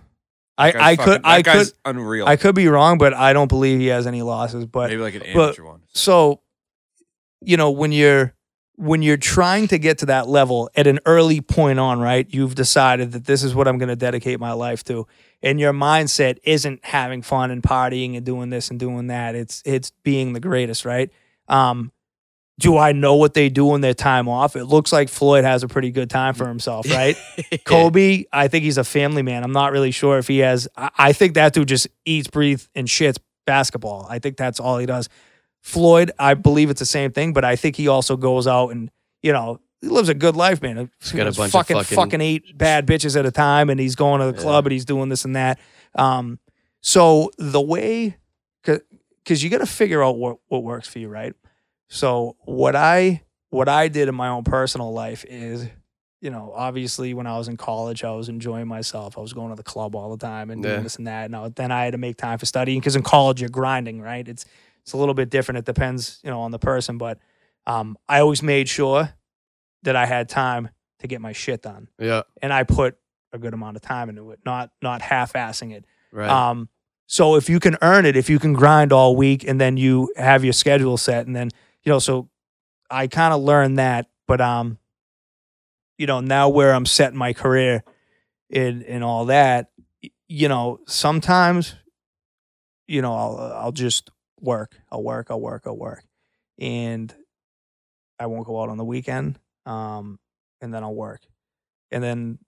C: That guy's
A: I, I
C: fucking-
A: could I
C: that guy's
A: could
C: unreal.
A: I could be wrong, but I don't believe he has any losses. But
C: Maybe like an
A: but-
C: amateur one.
A: so you know when you're when you're trying to get to that level at an early point on right you've decided that this is what i'm going to dedicate my life to and your mindset isn't having fun and partying and doing this and doing that it's it's being the greatest right um do i know what they do in their time off it looks like floyd has a pretty good time for himself right kobe i think he's a family man i'm not really sure if he has i, I think that dude just eats breathes and shits basketball i think that's all he does Floyd, I believe it's the same thing, but I think he also goes out and you know he lives a good life, man. He's
B: got a bunch of
A: fucking,
B: fucking-
A: eight bad bitches at a time, and he's going to the club and he's doing this and that. Um, so the way, because you got to figure out what what works for you, right? So what I what I did in my own personal life is, you know, obviously when I was in college, I was enjoying myself. I was going to the club all the time and doing
B: Yeah.
A: this and that. And I, then I had to make time for studying because in college you're grinding, right? It's it's a little bit different. It depends, you know, on the person. But um, I always made sure that I had time to get my shit done,
B: yeah,
A: and I put a good amount of time into it, not not half-assing it.
B: right.
A: Um, so if you can earn it, if you can grind all week and then you have your schedule set and then, you know, so I kind of learned that, but, um, you know, now where I'm setting my career and, and all that, y- you know, sometimes, you know, I'll, I'll just work, I'll work, I'll work, I'll work. And I won't go out on the weekend. Um, and then I'll work. And then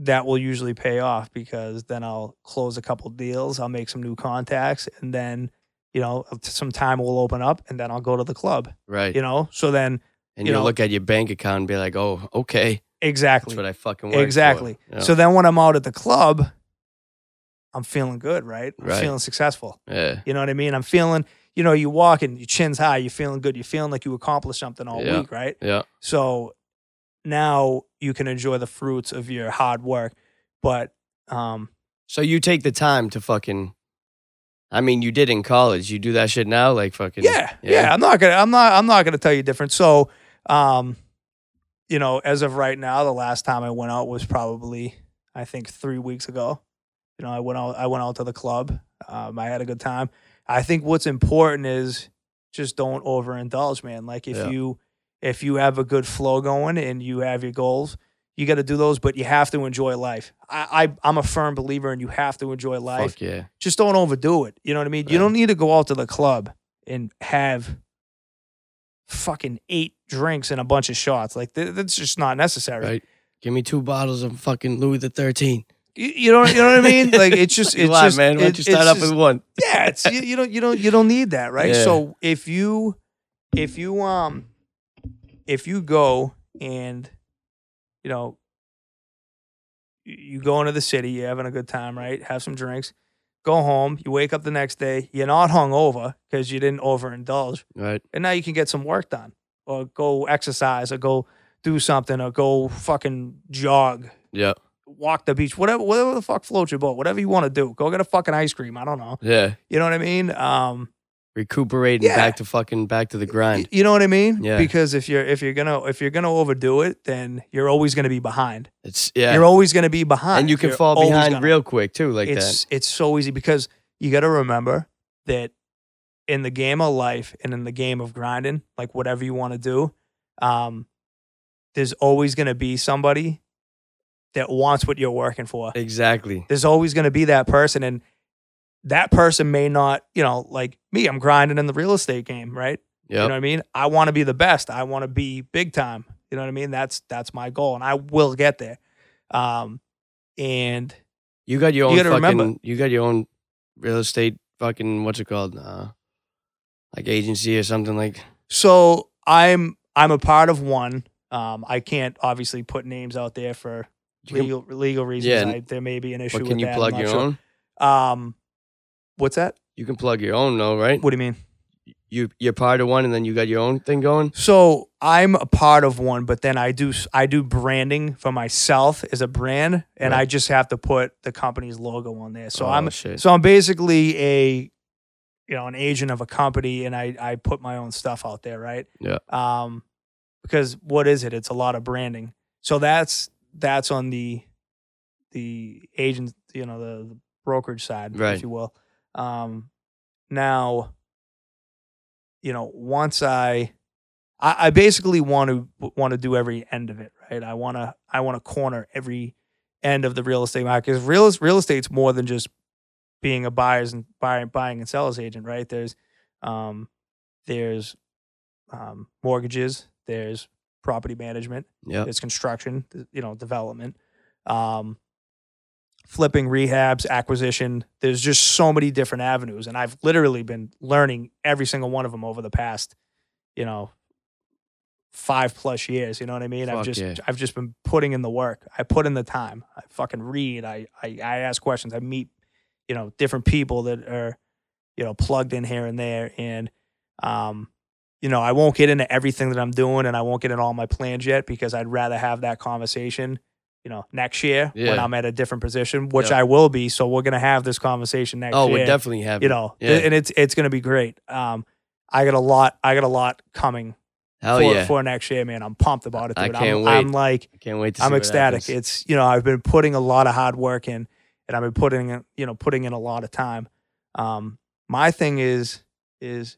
A: that will usually pay off because then I'll close a couple deals, I'll make some new contacts, and then you know uh, some time will open up, and then I'll go to the club.
B: right.
A: You know, so then
B: and
A: you
B: you
A: know-
B: look at your bank account and be like, oh, okay.
A: exactly,
B: That's what I fucking worked for.
A: exactly.
B: Yeah.
A: So then when I'm out at the club, I'm feeling good, right? I'm
B: Right.
A: feeling successful.
B: yeah.
A: You know what I mean? I'm feeling. You know, you walk and your chin's high, you're feeling good, you're feeling like you accomplished something all
B: Yeah.
A: week, right?
B: Yeah.
A: So now you can enjoy the fruits of your hard work, but um,
B: So you take the time to fucking. I mean, you did in college. You do that shit now, like fucking.
A: Yeah, yeah, I'm not gonna. I'm not. I'm not gonna tell you different. So, um, you know, as of right now, the last time I went out was probably I think three weeks ago. You know, I went out. I went out to the club. Um, I had a good time. I think what's important is just don't overindulge, man. Like if
B: Yeah.
A: you if you have a good flow going and you have your goals, you got to do those. But you have to enjoy life. I, I I'm a firm believer, and you have to enjoy life
B: Fuck yeah.
A: just don't overdo it. You know what I mean? You
B: Yeah.
A: don't need to go out to the club and have fucking eight drinks and a bunch of shots. Like th- that's just not necessary.
B: Right. Give me two bottles of fucking Louis the Thirteenth.
A: You, you know, you know what I mean? Like it's just, it's
B: Why,
A: just,
B: man? Why
A: it-
B: don't you start
A: it's
B: up
A: just-
B: with one?
A: yeah, it's you, you don't, you don't, you don't need that, right?
B: Yeah.
A: So if you, if you, um, if you go and, you know, you- you go into the city, you're having a good time, right? Have some drinks, go home, you wake up the next day, you're not hungover because you didn't overindulge,
B: Right.
A: and now you can get some work done, or go exercise, or go do something, or go fucking jog,
B: Yeah.
A: walk the beach, whatever, whatever the fuck floats your boat, whatever you want to do. Go get a fucking ice cream. I don't know.
B: Yeah.
A: You know what I mean? Um,
B: Recuperating
A: Yeah.
B: back to fucking back to the
A: y-
B: grind.
A: you know what I mean?
B: Yeah.
A: Because if you're if you're gonna if you're gonna overdo it, then you're always gonna be behind.
B: It's yeah.
A: You're always gonna be behind,
B: and you can
A: You're
B: fall
A: always
B: behind
A: gonna-
B: real quick too, like
A: it's it's so easy because you got to remember that in the game of life and in the game of grinding, like whatever you want to do, um, there's always going to be somebody that wants what you're working for.
B: that. Exactly.
A: There's always going to be that person, and that person may not, you know, like me. I'm grinding in the real estate game, right? You know
B: Yep.
A: what I mean? I want to be the best. I want to be big time. You know what I mean? That's that's my goal, and I will get there. Um, and
B: You got your
A: You
B: own
A: gotta
B: fucking.
A: remember-
B: You got your own real estate fucking. What's it called? Uh, like agency or something like.
A: So I'm I'm a part of one. Um, I can't obviously put names out there for
B: You can-
A: legal legal reasons.
B: Yeah,
A: I, there may be an issue.
B: but
A: with
B: can you
A: that, I'm
B: plug
A: not
B: your
A: sure.
B: own?
A: Um, what's that?
B: You can plug your own though, right?
A: What do you mean?
B: You you're part of one, and then you got your own thing going.
A: So I'm a part of one, but then I do s- I do branding for myself as a brand, and
B: Right.
A: I just have to put the company's logo on there. So
B: Oh,
A: I'm
B: shit.
A: so I'm basically a you know an agent of a company, and I I put my own stuff out there, right?
B: Yeah.
A: Um, because what is it? It's a lot of branding. So that's that's on the the agent, you know, the, the brokerage side,
B: Right.
A: if you will. Um, now, you know, once I, I, I basically want to want to do every end of it, right? I want to I want to corner every end of the real estate market because real real estate's more than just being a buyers and buyer, buying and sellers agent, right? There's um, there's um, mortgages, there's property management,
B: Yep.
A: there's construction, th- you know, development, um, flipping, rehabs, acquisition. There's just so many different avenues, and I've literally been learning every single one of them over the past, you know, five plus years. You know what I mean? I've
B: Fuck
A: just
B: yeah.
A: I've just been putting in the work. I put in the time. I fucking read. I I, I ask questions. I meet, you know, different people that are, you know, plugged in here and there, and um, you know, I won't get into everything that I'm doing and I won't get into all my plans yet because I'd rather have that conversation, you know, next year when
B: Yeah.
A: I'm at a different position, which
B: Yeah.
A: I will be. So we're gonna have this conversation next
B: Oh,
A: year.
B: we definitely have.
A: you know,
B: Yeah.
A: and it's it's gonna be great. Um I got a lot I got a lot coming
B: Hell
A: for,
B: yeah!
A: for next year, man. I'm pumped about it,
B: I
A: dude.
B: can't
A: I'm,
B: wait.
A: I'm like
B: I can't wait to. see
A: I'm
B: what
A: ecstatic.
B: happens.
A: It's you know I've been putting a lot of hard work in, and I've been putting in- you know putting in a lot of time. Um, my thing is is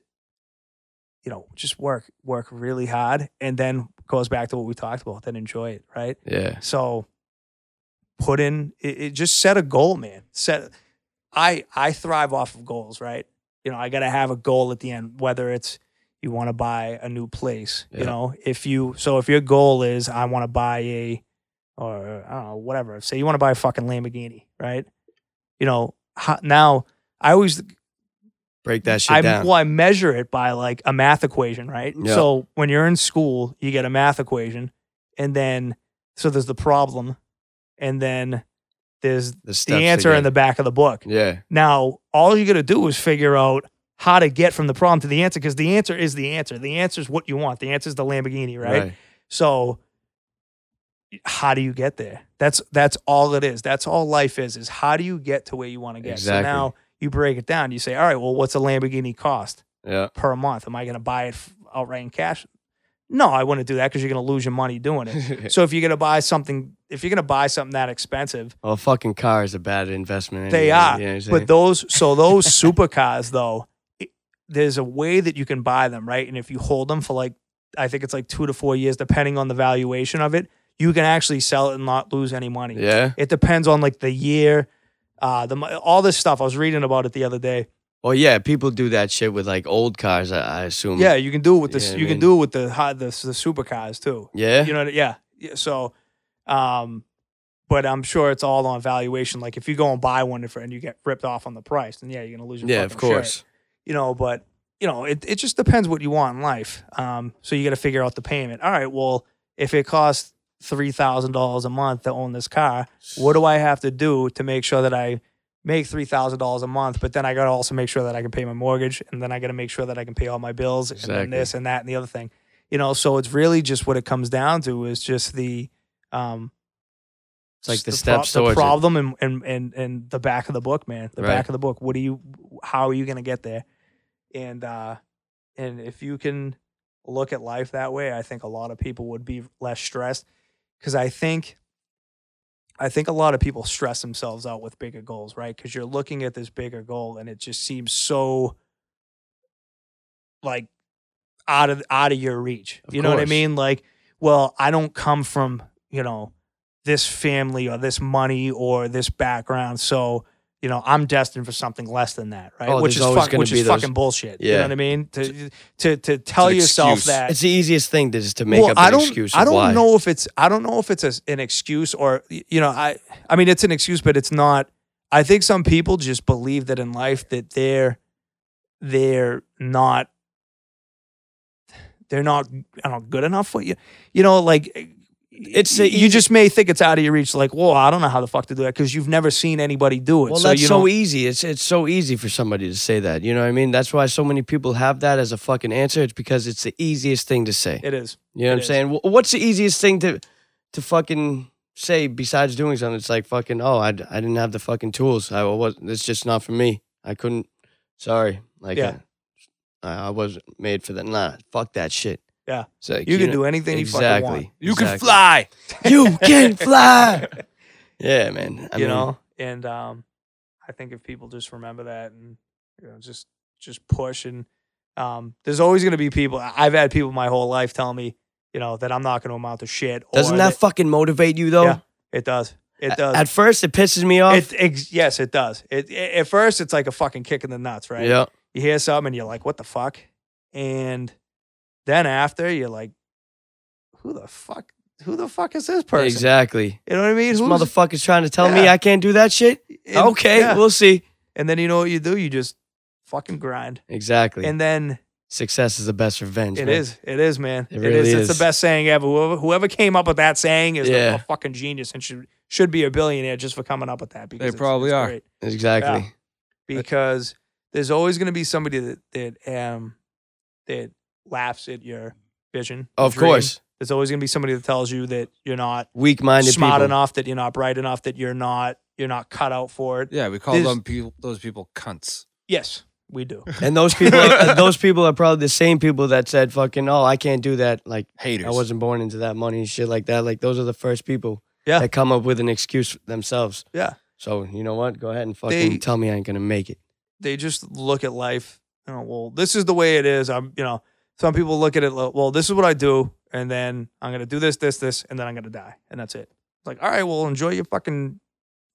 A: you know just work work really hard, and then goes back to what we talked about. Then enjoy it, right?
B: yeah.
A: So put in it, it just set a goal, man. Set I I thrive off of goals, right? You know, I gotta have a goal at the end, whether it's you wanna buy a new place.
B: Yeah.
A: You know, if you so if your goal is I wanna buy a or I don't know, whatever. Say you wanna buy a fucking Lamborghini, right? You know, how, now I always
B: Break that shit
A: I
B: down.
A: well I measure it by like a math equation, right?
B: Yeah.
A: So when you're in school, you get a math equation, and then so there's the problem, and then there's
B: the,
A: the
B: steps
A: answer in the
B: again.
A: back of the book.
B: Yeah.
A: Now all you got to do is figure out how to get from the problem to the answer because the answer is the answer. The answer is what you want. The answer is the Lamborghini, right? So how do you get there? That's that's all it is. That's all life is is how do you get to where you want to get?
B: Exactly.
A: So now you break it down. You say, "All right, well what's a Lamborghini cost
B: Yeah.
A: per month? Am I going to buy it f- outright in cash?" No, I wouldn't do that cuz you're going to lose your money doing it. so if you're going to buy something if you're going to buy something that expensive,
B: well, fucking car is a bad investment.
A: They
B: anyway,
A: are,
B: you know what I'm saying?
A: but those so those supercars though, it, there's a way that you can buy them, right? And if you hold them for like I think it's like 2 to 4 years depending on the valuation of it, you can actually sell it and not lose any money.
B: yeah.
A: It depends on like the year, uh, the mo- all this stuff. I was reading about it the other day.
B: Well, yeah. People do that shit with like old cars. I, I assume.
A: Yeah, you can do it with this.
B: Um, Yeah, I
A: you
B: mean-
A: can do it with the hot the, the supercars too.
B: Yeah.
A: You know, yeah. yeah. So, um, but I'm sure it's all on valuation. Like if you go and buy one for and you get ripped off on the price, then yeah, you're gonna lose your
B: yeah.
A: fucking
B: Of course.
A: shirt. You know, but you know, it it just depends what you want in life. Um, so you got to figure out the payment. All right, well, if it costs three thousand dollars a month to own this car, what do I have to do to make sure that I make three thousand dollars a month, but then I gotta also make sure that I can pay my mortgage and then I gotta make sure that I can pay all my bills and
B: Exactly.
A: then this and that and the other thing. You know, so it's really just what it comes down to is just the um
B: It's like the,
A: pro-
B: steps towards
A: the
B: it.
A: problem and, and and and the back of the book, man. The
B: Right.
A: back of the book. What do you? How are you going to get there? And uh, and if you can look at life that way, I think a lot of people would be less stressed. Because I think, I think a lot of people stress themselves out with bigger goals, right? Because you're looking at this bigger goal, and it just seems so, like, out of out of your reach.
B: Of
A: you know what I
B: course.
A: mean? Like, well, I don't come from you know this family or this money or this background. So, you know, I'm destined for something less than that, right?
B: Oh,
A: which
B: there's
A: is
B: always
A: fuck,
B: gonna
A: which
B: be
A: is
B: those-
A: fucking bullshit. You
B: Yeah.
A: know what I mean? To to to tell
C: an
A: yourself
C: excuse.
A: that
B: It's the easiest thing to just to make up an
A: I don't,
B: excuse.
A: I
B: of
A: don't
B: why.
A: know if it's I don't know if it's a, an excuse or y- you know I I mean it's an excuse, but it's not. I think some people just believe that in life that they're they're not they're not I don't know, good enough for you. You know, like eh,
B: It's e-, a
A: you
B: easy-
A: just may think it's out of your reach. Like, whoa, I don't know how the fuck to do that because you've never seen anybody do it.
B: Well,
A: so
B: that's
A: you
B: so e
A: know,
B: easy. It's it's so easy for somebody to say that. You know what I mean? That's why so many people have that as a fucking answer. It's because it's the easiest thing to say.
A: it is.
B: You know what I'm
A: is.
B: saying? Wh- What's the easiest thing to to fucking say besides doing something? It's like fucking oh, I, d- I didn't have the fucking tools. I was it's just not for me. I couldn't. Sorry, like
A: Yeah.
B: I, I wasn't made for that. Nah, fuck that shit.
A: Yeah.
B: It's like,
A: You, can
B: know-
A: do anything
B: exactly.
A: you fucking want.
C: You can
B: exactly.
C: fly.
B: You can fly. Yeah, man. I
A: you
B: mean,
A: know and um i think if people just remember that and you know just just push and um there's always going to be people I- i've had people my whole life tell me you know that i'm not going to amount to shit or
B: doesn't that fucking motivate you though?
A: Yeah, it does it does
B: At first, it pisses me off.
A: it, ex- yes it does it, it at first it's like a fucking kick in the nuts right
B: Yeah.
A: you hear something and you're like what the fuck and then after you're like who the fuck who the fuck is this person
B: Exactly.
A: you know what i mean
B: This
A: Who's-
B: motherfucker's trying to tell me
A: Yeah.
B: I can't do that shit.
A: and-
B: okay,
A: yeah.
B: we'll see.
A: and then you know what you do you just fucking grind
B: Exactly.
A: And then
B: Success is the best revenge.
A: it
B: man.
A: is, it is, man.
B: It
A: It is.
B: really
A: It's
B: is.
A: the best saying ever. Whoever, whoever came up with that saying is
B: Yeah.
A: a, fucking genius and should should be a billionaire just for coming up with that. Because it's-
C: probably
A: it's
C: are.
A: great.
B: Exactly.
A: because there's always going to be somebody that that um that laughs at your vision. your
B: Of
A: dream.
B: course.
A: there's always going to be somebody that tells you that you're not
B: Weak minded
A: smart
B: people.
A: enough, that you're not bright enough, that you're not you're not cut out for it.
C: Yeah, we call
A: This-
C: them people, those people cunts.
A: Yes, we do.
B: And those people are, those people are probably the same people that said fucking oh I can't do that. Like
C: Haters.
B: I wasn't born into that money and shit like that. Like those are the first people
A: Yeah.
B: that come up with an excuse themselves.
A: Yeah.
B: So you know what? Go ahead and fucking
A: They-
B: tell me I ain't gonna make it.
A: they just look at life. You know, well, this is the way it is. I'm, you know, some people look at it. like, Well, this is what I do, and then I'm gonna do this, this, this, and then I'm gonna die, and that's it. It's like, all right, well, enjoy your fucking,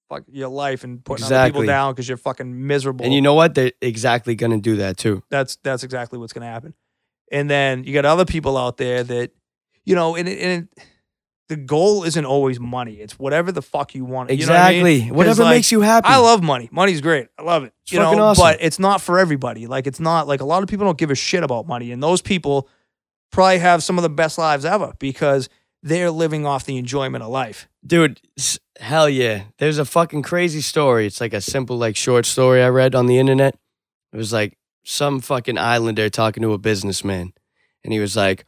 A: fuck your life and putting other people
B: Exactly.
A: down because you're fucking miserable.
B: And you know what? They're exactly gonna do that too.
A: that's that's exactly what's gonna happen. And then you got other people out there that, you know, and it, and it, the goal isn't always money. It's whatever the fuck you want. you know what I mean?
B: Exactly.
A: 'Cause,
B: Whatever
A: like,
B: makes you happy.
A: I love money. Money's great. I love it.
B: It's
A: you
B: fucking
A: know,
B: awesome.
A: but it's not for everybody. Like it's not like a lot of people don't give a shit about money, and those people probably have some of the best lives ever because they're living off the enjoyment of life.
B: Dude, s- hell yeah. There's a fucking crazy story. It's like a simple, like, short story I read on the internet. It was like some fucking islander talking to a businessman. And he was like,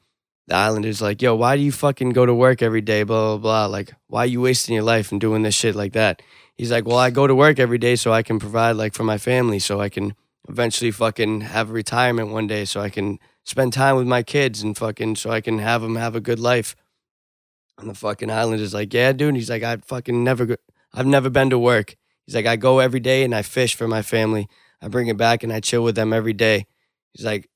B: the islander's like, yo, why do you fucking go to work every day? Blah, blah, blah. Like, why are you wasting your life and doing this shit like that? He's like, well, I go to work every day so I can provide, like, for my family, so I can eventually fucking have retirement one day, so I can spend time with my kids and fucking, so I can have them have a good life. And the fucking islander's like, yeah, dude. He's like, I fucking never, go- I've never been to work. He's like, I go every day and I fish for my family. I bring it back and I chill with them every day. He's like,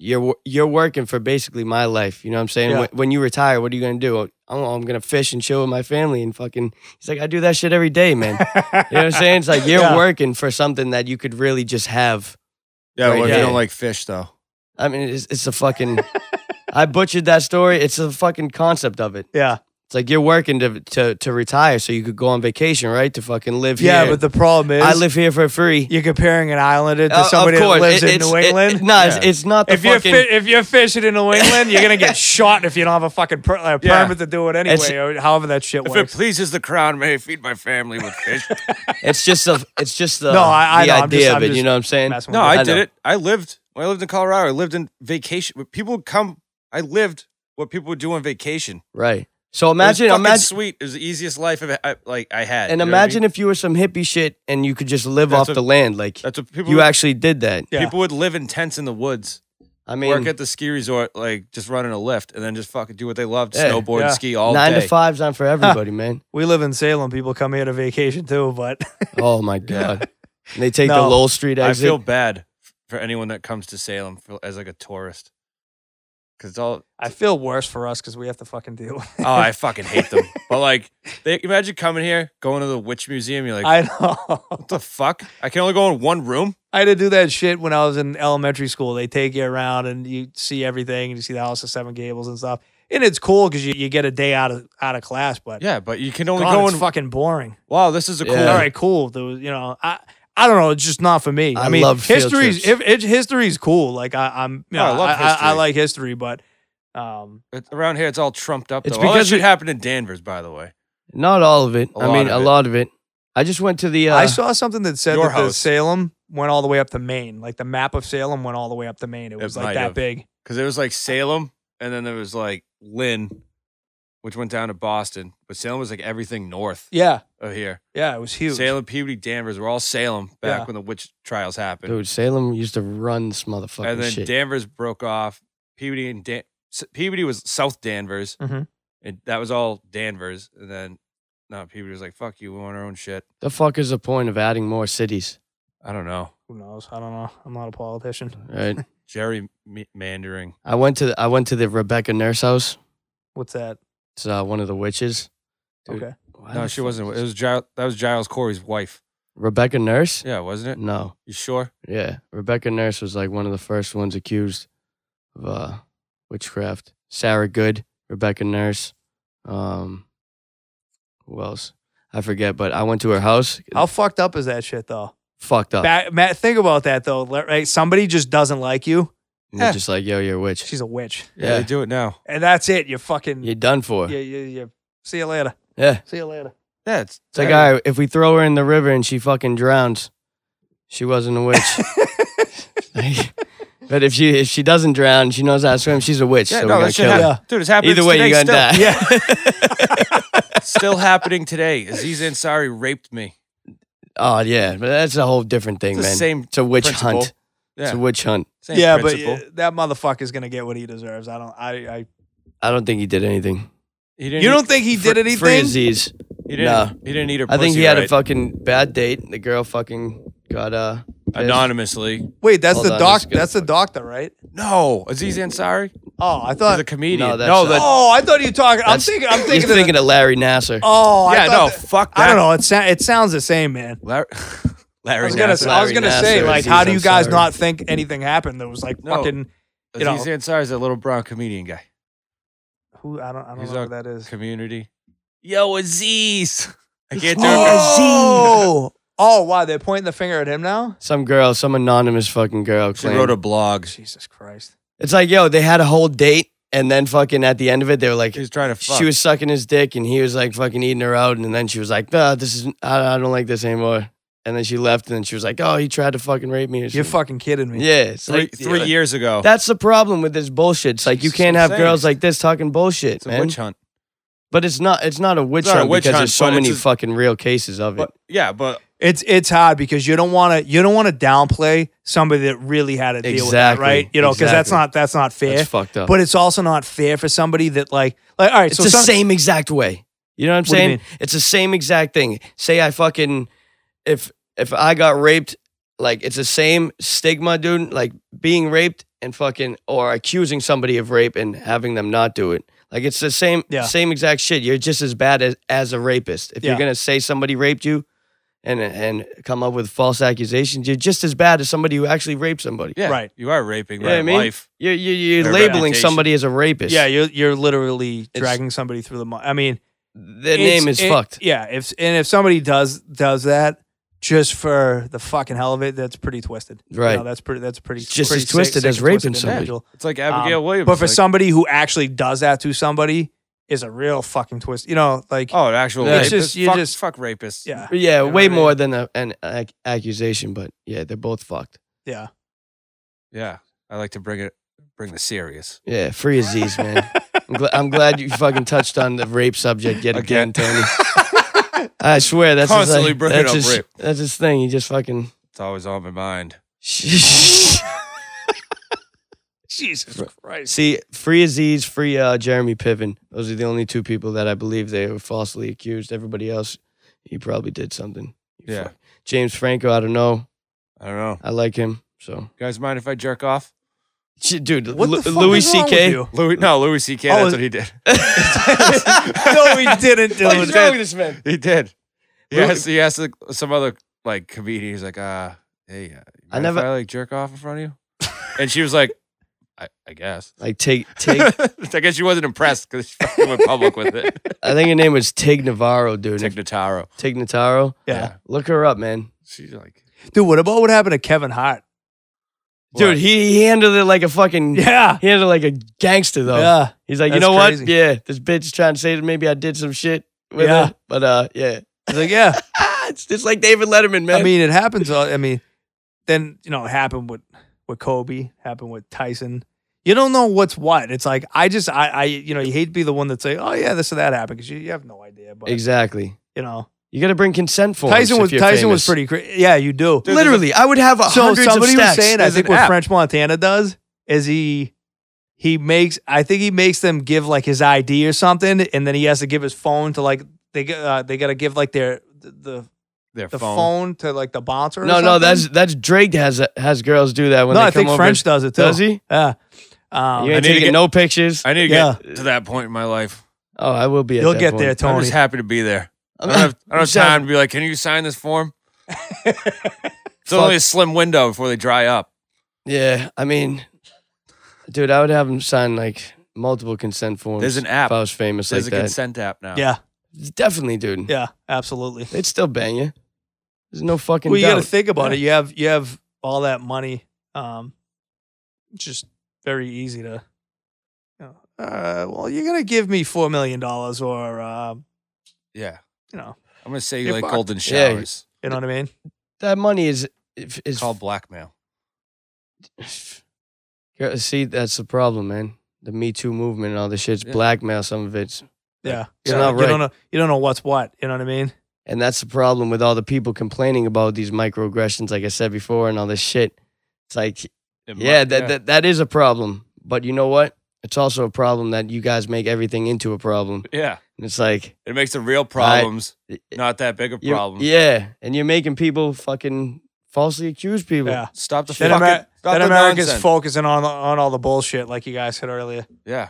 B: you're wo- you're working for basically my life. You know what I'm saying?
A: Yeah.
B: When, when you retire, what are you gonna do? Oh, I'm gonna fish and chill with my family and fucking. He's like, I do that shit every day, man. you know what I'm saying? It's like you're
A: Yeah.
B: working for something that you could really just have.
C: Yeah,
B: Right,
C: well, if
B: yeah.
C: you don't like fish, though.
B: I mean, it's, it's a fucking. I butchered that story. It's the fucking concept of it.
A: Yeah,
B: It's like you're working to to to retire so you could go on vacation, right? To fucking live
A: yeah.
B: here.
A: But the problem is,
B: I live here for free.
A: You're comparing an islander to
B: Uh,
A: somebody
B: of course,
A: that lives
B: it-
A: in
B: it's-
A: New
B: it-
A: England.
B: it- no, it's,
C: Yeah.
B: it's not the
A: if you're
B: fucking.
A: fi- if you're fishing in New England, you're gonna get shot if you don't have a fucking per- a
C: Yeah.
A: permit to do it
B: It's-
A: anyway, or however that shit
C: If it
A: works.
C: pleases the crown, may I feed my family with fish.
B: it's just the it's just the
A: No, I- I
B: the
A: know, I'm just-
B: idea
A: I'm
B: of it. You
A: just
B: know what I'm saying?
A: messing
C: no,
A: with
B: I
C: I,
B: know.
C: did it. I lived. When I lived in Colorado, I lived in vacation. People would come. I lived what people would do on vacation.
B: Right. So imagine,
C: it was fucking
B: imagine,
C: sweet. It was the easiest life I've, I, like I had.
B: and
C: you know what I
B: imagine
C: mean?
B: if you were some hippie shit and you could just live
C: That's
B: off
C: what-
B: the land. Like
C: that's what people
B: you
C: would,
B: actually did that.
A: Yeah.
C: people would live in tents in the woods,
B: I mean,
C: work at the ski resort, like just running a lift, and then just fucking do what they loved,
B: Yeah.
C: snowboard,
A: Yeah.
C: and ski all
B: nine
C: day.
B: to five's not for everybody, man.
A: We live in Salem. People come here to vacation too, but
B: Oh my god. And they take the
A: No.
B: Lowell Street
C: I
B: exit.
C: feel bad for anyone that comes to Salem for, as like a tourist, because it's all
A: I feel worse for us because we have to fucking deal with it.
C: Oh, I fucking hate them. But like, they imagine coming here, going to the witch museum. You're like,
A: I know.
C: what the fuck? I can only go in one room.
A: I had to do that shit when I was in elementary school. They take you around and you see everything and you see the House of Seven Gables and stuff. And it's cool because you, you get a day out of out of class, but
C: Yeah, but you can only
A: God,
C: go
A: it's
C: in.
A: fucking boring.
C: wow, this is a cool.
B: Yeah.
A: All right, cool. There was, you know, I I don't know. It's just not for me. I,
B: I
A: mean,
B: love field
A: history's
B: trips.
A: if, it, history's cool. Like I, I'm, you
C: Oh,
A: know, I,
C: I love
A: I, I
C: history.
A: like history, but um,
C: It's- Around here, it's all trumped up.
B: It's
C: though. All that
B: because
C: shit
B: we-
C: happened in Danvers, by the way.
B: Not all of it.
C: A
B: I
C: lot
B: mean,
C: of
B: a
C: it.
B: lot of it. I just went to the. Uh,
A: I saw something that said
C: your
A: that the
C: house.
A: Salem went all the way up to Maine. Like the map of Salem went all the way up to Maine. It was
C: might
A: like that
C: have.
A: big.
C: Because there was like Salem, and then there was like Lynn, which went down to Boston. But Salem was like everything north
A: Yeah,
C: of here.
A: yeah, it was huge.
C: Salem, Peabody, Danvers were all Salem back
A: Yeah.
C: when the witch trials happened.
B: Dude, Salem used to run this motherfucking
C: and then
B: shit.
C: Danvers broke off. Peabody and Dan- S- Peabody was South Danvers,
A: Mhm.
C: and that was all Danvers. And then no, Peabody was like, "Fuck you, we want our own shit."
B: the fuck is the point of adding more cities?
C: I don't know.
A: Who knows? I don't know. I'm not a politician.
B: Right.
C: Jerry m- Mandering.
B: I went to the, I went to the Rebecca Nurse house.
A: What's that?
B: It's uh, one of the witches. Dude,
A: Okay.
B: why
C: no,
B: the
C: she
B: fuck
C: wasn't.
B: is-
C: It was Giles, that was Giles Corey's wife.
B: Rebecca Nurse.
C: Yeah, wasn't it?
B: No.
C: You sure?
B: Yeah, Rebecca Nurse was like one of the first ones accused of uh, witchcraft. Sarah Good, Rebecca Nurse, um, who else? I forget. But I went to her house.
A: How fucked up is that shit though?
B: fucked up.
A: Back, Matt, think about that though. Like, right? Somebody just doesn't like you.
B: And they're
C: Yeah.
B: just like, yo, you're a witch.
A: She's a witch,
C: Yeah,
B: Yeah.
C: they do it now.
A: and that's it. You're fucking.
B: you're done for.
A: Yeah,
B: Yeah,
A: yeah, yeah. See you later. See you later.
C: Yeah, it's,
B: it's like, all right, if we throw her in the river and she fucking drowns, she wasn't a witch. Like, but if she if she doesn't drown, she knows how to swim. She's a witch.
C: Yeah,
B: so we're
C: no,
B: gonna
C: that shit
B: kill her.
A: happened.
C: happened. Dude, it's happening.
B: Either way,
C: today
B: you're
C: still.
B: gonna die.
C: still happening today. Aziz Ansari raped me.
B: Oh yeah, but that's a whole different thing,
C: It's the
B: man.
C: same
B: it's a witch
C: principle.
B: hunt. It's
C: Yeah,
B: a witch hunt.
C: same
A: yeah,
C: principle.
A: but uh, that motherfucker's gonna get what he deserves. I don't. I. I
B: I don't think he did anything.
C: he didn't.
A: you
C: eat-
A: don't think he
B: Fr-
A: did anything?
B: Free Aziz.
C: He didn't.
B: Nah.
C: He didn't eat her.
B: I think
C: pussy
B: he had a
C: right.
B: fucking bad date. The girl fucking got uh pissed.
C: anonymously.
A: Wait, that's
B: Hold
A: the
B: on,
A: doc.
B: this is gonna
A: That's the
B: fuck.
A: doctor, right?
C: No, Aziz Ansari.
A: Oh, I
C: He's
A: thought.
C: a comedian.
B: No,
C: No,
B: that's not-
C: that.
A: oh, I thought you were talking. I'm
B: That's-
A: thinking. I'm
B: You're
A: thinking. of the-
B: thinking of Larry Nasser.
A: oh, I
C: yeah, no,
A: thought that-
C: fuck that.
A: I don't know. It sa- it sounds the same, man.
C: Larry,
A: I
C: Larry
A: was gonna.
C: Nasser.
A: I was
B: Larry
A: gonna
B: Nassar
A: say
B: is
A: like,
B: Aziz
A: how do you guys
B: Ansari.
A: not think anything happened that was like
C: No.
A: fucking you know.
C: Aziz Ansari is a little brown comedian guy.
A: who? I don't. I don't
C: He's
A: know
C: a-
A: who that is.
C: Community. Yo, Aziz. I can't do it.
A: Oh, oh, wow! They're pointing the finger at him now.
B: Some girl, some anonymous fucking girl.
C: She
B: claimed-
C: wrote a blog.
A: Jesus Christ!
B: it's like, yo, they had a whole date, and then fucking at the end of it, they were like,
C: She was trying to fuck.
B: she was sucking his dick, and he was like fucking eating her out, and then she was like, nah, this is I, I don't like this anymore, and then she left, and then she was like, oh, he tried to fucking rape me. Or
A: You're
B: something.
A: fucking kidding me.
B: Yeah, it's
C: three,
B: like-
C: three years ago.
B: That's the problem with this bullshit. It's like you
C: Oh. Jesus,
B: can't
C: I'm
B: have
C: saying.
B: girls like this talking bullshit,
C: it's a
B: man.
C: witch hunt.
B: But it's not. It's not a witch
C: not a
B: hunt
C: witch
B: because
C: hunt,
B: there's so
C: but it's
B: many
C: just-
B: fucking real cases of it.
C: But yeah, but
A: It's it's hard because you don't want to you don't want to downplay somebody that really had to deal with that,
B: Exactly.
A: right? You know, because that's
B: Exactly.
A: not that's not fair.
B: That's fucked up.
A: But it's also not fair for somebody that like like all right.
B: it's
A: so
B: the
A: some-
B: same exact way. You know what I'm
A: do you
B: saying?
A: mean?
B: It's the same exact thing. Say I fucking if if I got raped, like it's the same stigma, dude. Like being raped and fucking or accusing somebody of rape and having them not do it. Like it's the same
A: Yeah.
B: same exact shit. You're just as bad as, as a rapist. If you're
A: Yeah.
B: gonna say somebody raped you and and come up with false accusations, you're just as bad as somebody who actually raped somebody.
C: yeah,
A: Right.
C: You are raping
B: You know what
C: my
B: I mean?
C: life.
B: You're you're, you're
C: Their
B: labeling
C: reputation.
B: somebody as a rapist.
A: yeah, you're you're literally
B: It's-
A: dragging somebody through the. mud. I mean,
B: their
A: it's-
B: name is
A: it-
B: fucked.
A: Yeah, if and if somebody does does that just for the fucking hell of it, that's pretty twisted. You
B: Right.
A: know, that's pretty. That's pretty.
B: It's just
A: pretty
B: as twisted
A: sick-
B: as
A: sick and
B: raping
A: twisted
B: somebody.
A: individual.
C: It's like
A: Um,
C: Abigail Williams.
A: But for
C: like,
A: somebody who actually does that to somebody is a real fucking twist. You know, like
C: oh, an actual
B: Yeah.
A: It's
C: rapist.
A: just- you
C: fuck,
A: just-
C: fuck rapists.
A: yeah,
B: Yeah,
A: know
B: way
A: what I
B: more than a, an ac- accusation, but yeah, they're both fucked.
A: yeah.
C: yeah. I like to bring it, bring the serious.
B: Yeah, free Aziz, man. I'm, gl- I'm glad you fucking touched on the rape subject yet again,
C: Again.
B: Tony. I swear that's
C: Constantly
B: his, like,
C: bringing
B: that's
C: up
B: his,
C: rape.
B: That's his thing. He just fucking.
C: It's always on my mind.
A: Jesus Christ.
B: See, free Aziz, free uh, Jeremy Piven. Those are the only two people that I believe they were falsely accused. Everybody else, he probably did something.
C: Yeah.
B: Fuck. James Franco, I don't know.
C: I don't know.
B: I like him. So,
C: You guys mind if I jerk off?
B: Shit, dude,
A: What
B: Lu-
A: the fuck
B: Louis
A: is wrong with
B: C.K.
A: you?
C: Louis, no, Louis C.K.
A: Oh,
C: that's
A: it-
C: what he did.
A: no, he didn't do
B: What is wrong with
A: it.
B: this man?
C: He did. He
B: Louis-
C: asked, he asked like, some other like comedian. He's like, uh, hey, uh,
B: I
C: I never
B: never-
C: I, like jerk off in front of you. and she was like, I, I guess.
B: Like take take.
C: I guess she wasn't impressed because she fucking went public with it.
B: I think her name was Tig Navarro, dude.
C: Nick Notaro.
B: Tig Notaro.
A: Yeah.
B: Look her up, man.
C: She's like,
A: Dude, what about what happened to Kevin Hart?
C: what?
B: Dude, he, he handled it like a fucking.
A: Yeah.
B: He handled it like a gangster though.
A: Yeah.
B: He's like, you
A: That's
B: know
A: crazy.
B: what? Yeah, this bitch is trying to say that maybe I did some shit with
A: Yeah.
B: her, but uh, yeah, Ah,
A: He's like, yeah.
B: it's just like David Letterman, man.
A: I mean, it happens. uh, I mean, then you know, it happened with with Kobe, happened with Tyson. You don't know what's what. It's like I just, I, I, you know, you hate to be the one that's like, oh yeah, this or that happened because you, you have no idea. But
B: exactly.
A: you know,
B: You got to bring consent forms.
A: Tyson
B: if
A: was
B: you're
A: Tyson was pretty.
B: famous.
A: Cra- yeah, you do.
C: Dude,
B: Literally, I would have a
A: so
B: hundreds
A: somebody
B: of
A: was
B: stacks.
A: saying, I
C: There's
A: think
C: an
A: what
C: app.
A: French Montana does is he he makes, I think he makes them give like his ID or something, and then he has to give his phone to like they g- uh, they got to give like their the
C: Their
A: the
C: phone.
A: phone to like the bouncer. or
B: no, no,
A: something.
B: that's that's Drake has has girls do that when
A: no.
B: they
A: I
B: come
A: think
B: over.
A: French does it too.
B: Does he?
A: Yeah. Um,
B: you
C: I
B: ain't
C: need to
B: taking
C: get-
B: no pictures.
C: I need to get to that point in my life.
B: oh, I will be. At
A: You'll
B: that
A: get
B: point.
A: there,
C: I'm
A: Tony.
C: just happy to be there. I
B: I'm
C: don't have, I don't have
B: just happy-
C: time to be like, can you sign this form? it's only a slim window before they dry up.
B: Yeah, I mean, dude, I would have him sign like multiple consent forms.
C: There's an app.
B: If I was famous
C: There's
B: like
C: a
B: that,
C: consent app now.
A: yeah,
B: definitely, dude.
A: yeah, absolutely.
B: They'd still bang you. There's no fucking
A: Well, you got to
B: doubt.
A: think about
B: Yeah.
A: it. You have you have all that money. Um, just very easy to. You know, uh, well, you're gonna give me four million dollars, or uh,
C: Yeah.
A: you know,
C: I'm going to say you
A: You're
C: like
A: fucked.
C: golden
B: Yeah.
C: showers.
A: you know what I mean.
B: that money is if- is
C: It's called blackmail.
B: Girl, See, that's the problem, man. The Me Too movement and all this shit's
C: Yeah.
B: blackmail. Some of it's,
A: Yeah, you,
B: It's not
A: know, you
B: right.
A: don't know. You don't know what's what. You know what I mean?
B: and that's the problem with all the people complaining about these microaggressions, like I said before, and all this shit. It's like, yeah, that, that that is a problem. But you know what? It's also a problem that you guys make everything into a problem.
C: yeah.
B: And it's like,
C: It makes the real problems
B: y-
C: not that big a
B: you-
C: problem.
B: yeah, and you're making people fucking falsely accuse people.
A: Yeah.
C: Stop the
A: That,
C: fucking.
A: Amer-
C: stop
A: that
C: the
A: America's
C: nonsense.
A: focusing on on all the bullshit, like you guys said earlier.
C: Yeah.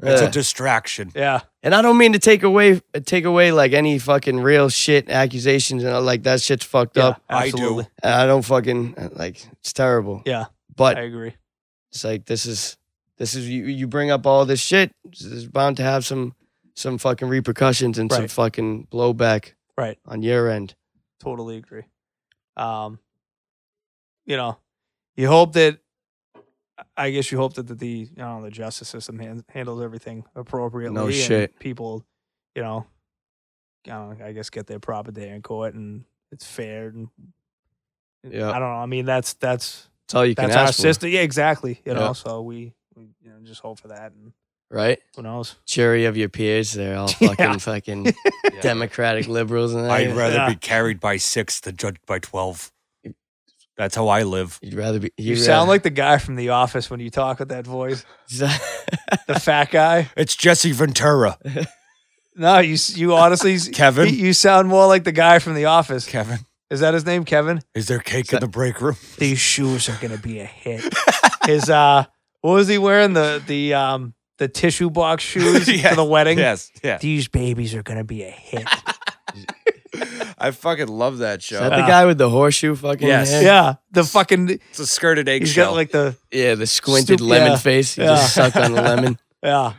C: It's
B: Yeah.
C: a distraction.
A: Yeah,
B: And I don't mean to take away take away like any fucking real shit accusations and all, like that shit's fucked
A: yeah,
B: up.
C: I do.
A: absolutely.
B: And I don't fucking like it's terrible.
A: Yeah, I
B: But
A: agree.
B: it's like this is this is you you bring up all this shit, it's bound to have some some fucking repercussions and some
A: Right.
B: fucking blowback
A: Right.
B: on your end.
A: totally agree. Um, you know, you hope that. I guess you hope that the you know the justice system han- handles everything appropriately. and
B: shit.
A: People, you know, I, don't know, I guess get their proper day in court and it's fair and.
B: Yeah.
A: I don't know. I mean, that's that's
B: It's all you
A: that's
B: can
A: our
B: ask for,
A: system. Yeah, exactly. You know,
B: Yeah.
A: so we, we you know just hope for that and
B: right?
A: who knows.
B: Jury of your peers, they're all
A: Yeah.
B: fucking fucking
C: Yeah.
B: democratic liberals and
C: I'd
B: that.
C: rather
A: Yeah.
C: be carried by six than judged by 12. That's how I live.
B: You'd rather be
A: You sound like the guy from The Office when you talk with that voice,
B: like
A: the fat guy.
C: It's Jesse Ventura,
A: No, you s- you honestly, s-
C: Kevin?
A: y- you sound more like the guy from The Office.
C: Kevin.
A: Is that his name, Kevin?
C: Is there cake
B: Sa-
C: in the break room?
A: These shoes are gonna be a hit. His uh, what was he wearing? The the um the tissue box shoes
C: Yes,
A: for the wedding.
C: Yes. Yeah.
A: These babies are gonna be a hit.
C: I fucking love that
B: Is
C: show.
B: that the
A: Uh,
B: guy with the horseshoe fucking
C: Yes.
B: head?
A: yeah, the fucking
C: it's a skirted
A: he's
C: eggshell.
A: got like the
B: Yeah, the squinted
A: Stup-
B: lemon
A: yeah.
B: face. He
A: Yeah.
B: just sucked on the lemon.
A: yeah.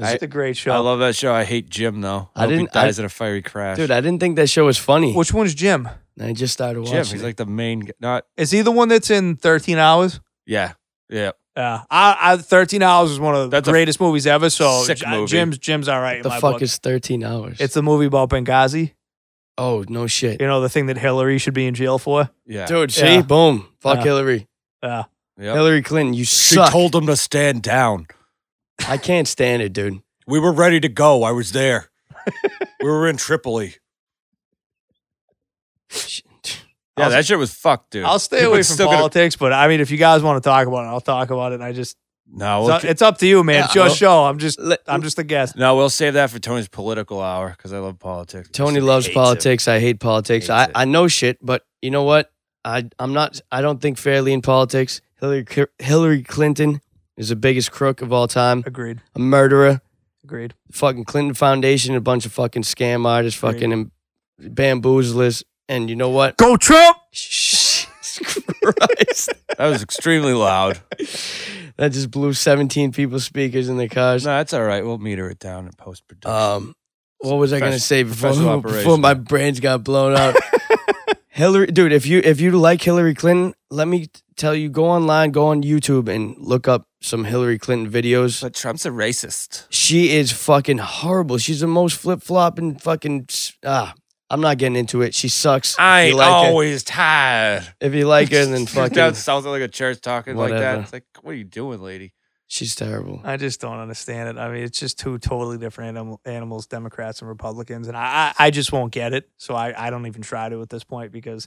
B: I-
A: It's a great show.
C: I love that show. I hate Jim though.
B: I
C: I, didn't.
B: didn't-
C: He
B: I-
C: dies in a fiery crash.
B: Dude, I didn't think that show was funny.
A: Which one's Jim?
B: And I just started watching.
C: Jim. He's
B: it.
C: like the main. g- Not.
A: Is he the one that's in Thirteen Hours?
C: Yeah. Yeah.
A: Yeah, I, I Thirteen Hours is one of the
C: That's a
A: greatest movies ever. So
C: sick
A: J-
C: movie.
A: Jim's Jim's all right. in
B: the
A: my
B: fuck
A: book.
B: is 13 hours?
A: it's a movie about Benghazi.
B: oh, no shit.
A: You know the thing that Hillary should be in jail for.
C: Yeah.
B: Dude, see?
A: Yeah.
B: Boom. Fuck
A: Yeah.
B: Hillary.
A: Yeah.
C: Yep.
B: Hillary Clinton, you
C: She
B: suck.
C: told him to stand down.
B: I can't stand it, dude.
C: We were ready to go. I was there. we were in Tripoli. Yeah,
A: I'll-
C: that shit was fucked, dude.
A: I'll stay
C: People
A: away
C: it's
A: from
C: still gonna-
A: politics, but I mean, if you guys want to talk about it, I'll talk about it. And I just
C: No,
A: it's,
C: we'll,
A: up, it's up to you, man.
B: Yeah,
A: it's your
B: well-
A: show. I'm just
B: Let-
A: I'm just a guest.
C: no, we'll save that for Tony's political hour because I love politics.
B: Tony loves
F: hates it.
B: politics. I hate politics.
F: Hates
B: I,
F: it.
B: I know shit, but you know what? I I'm not. I don't think fairly in politics. Hillary Cl- Hillary Clinton is the biggest crook of all time.
A: Agreed.
B: A murderer.
A: Agreed.
B: Fucking Clinton Foundation. A bunch of fucking scam artists. Fucking em- bamboozlers. And you know what?
A: Go Trump.
B: Jesus Christ!
C: That was extremely loud.
B: that just blew 17 people's speakers in their
C: No,
B: cars.
C: that's all right. We'll meter it down in post production.
B: Um, what was I gonna
C: Profes-
B: say before
C: professional
B: before my brains got blown out? Hillary, dude, if you if you like Hillary Clinton, let me t- tell you, go online, go on YouTube, and look up some Hillary Clinton videos.
C: Uh, but Trump's a racist.
B: She is fucking horrible. She's the most flip flopping fucking. s- Ah, I'm not getting into it. She sucks.
C: I
B: if
C: ain't
B: you like her,
C: always tired.
B: if you like her, then fucking,
C: that sounds like a church talking like that.
B: Whatever.
C: It's like, what are you doing, lady?
B: she's terrible.
A: I just don't understand it. I mean, it's just two totally different animal, animals, Democrats and Republicans, and I, I I just won't get it. So I, I don't even try to at this point because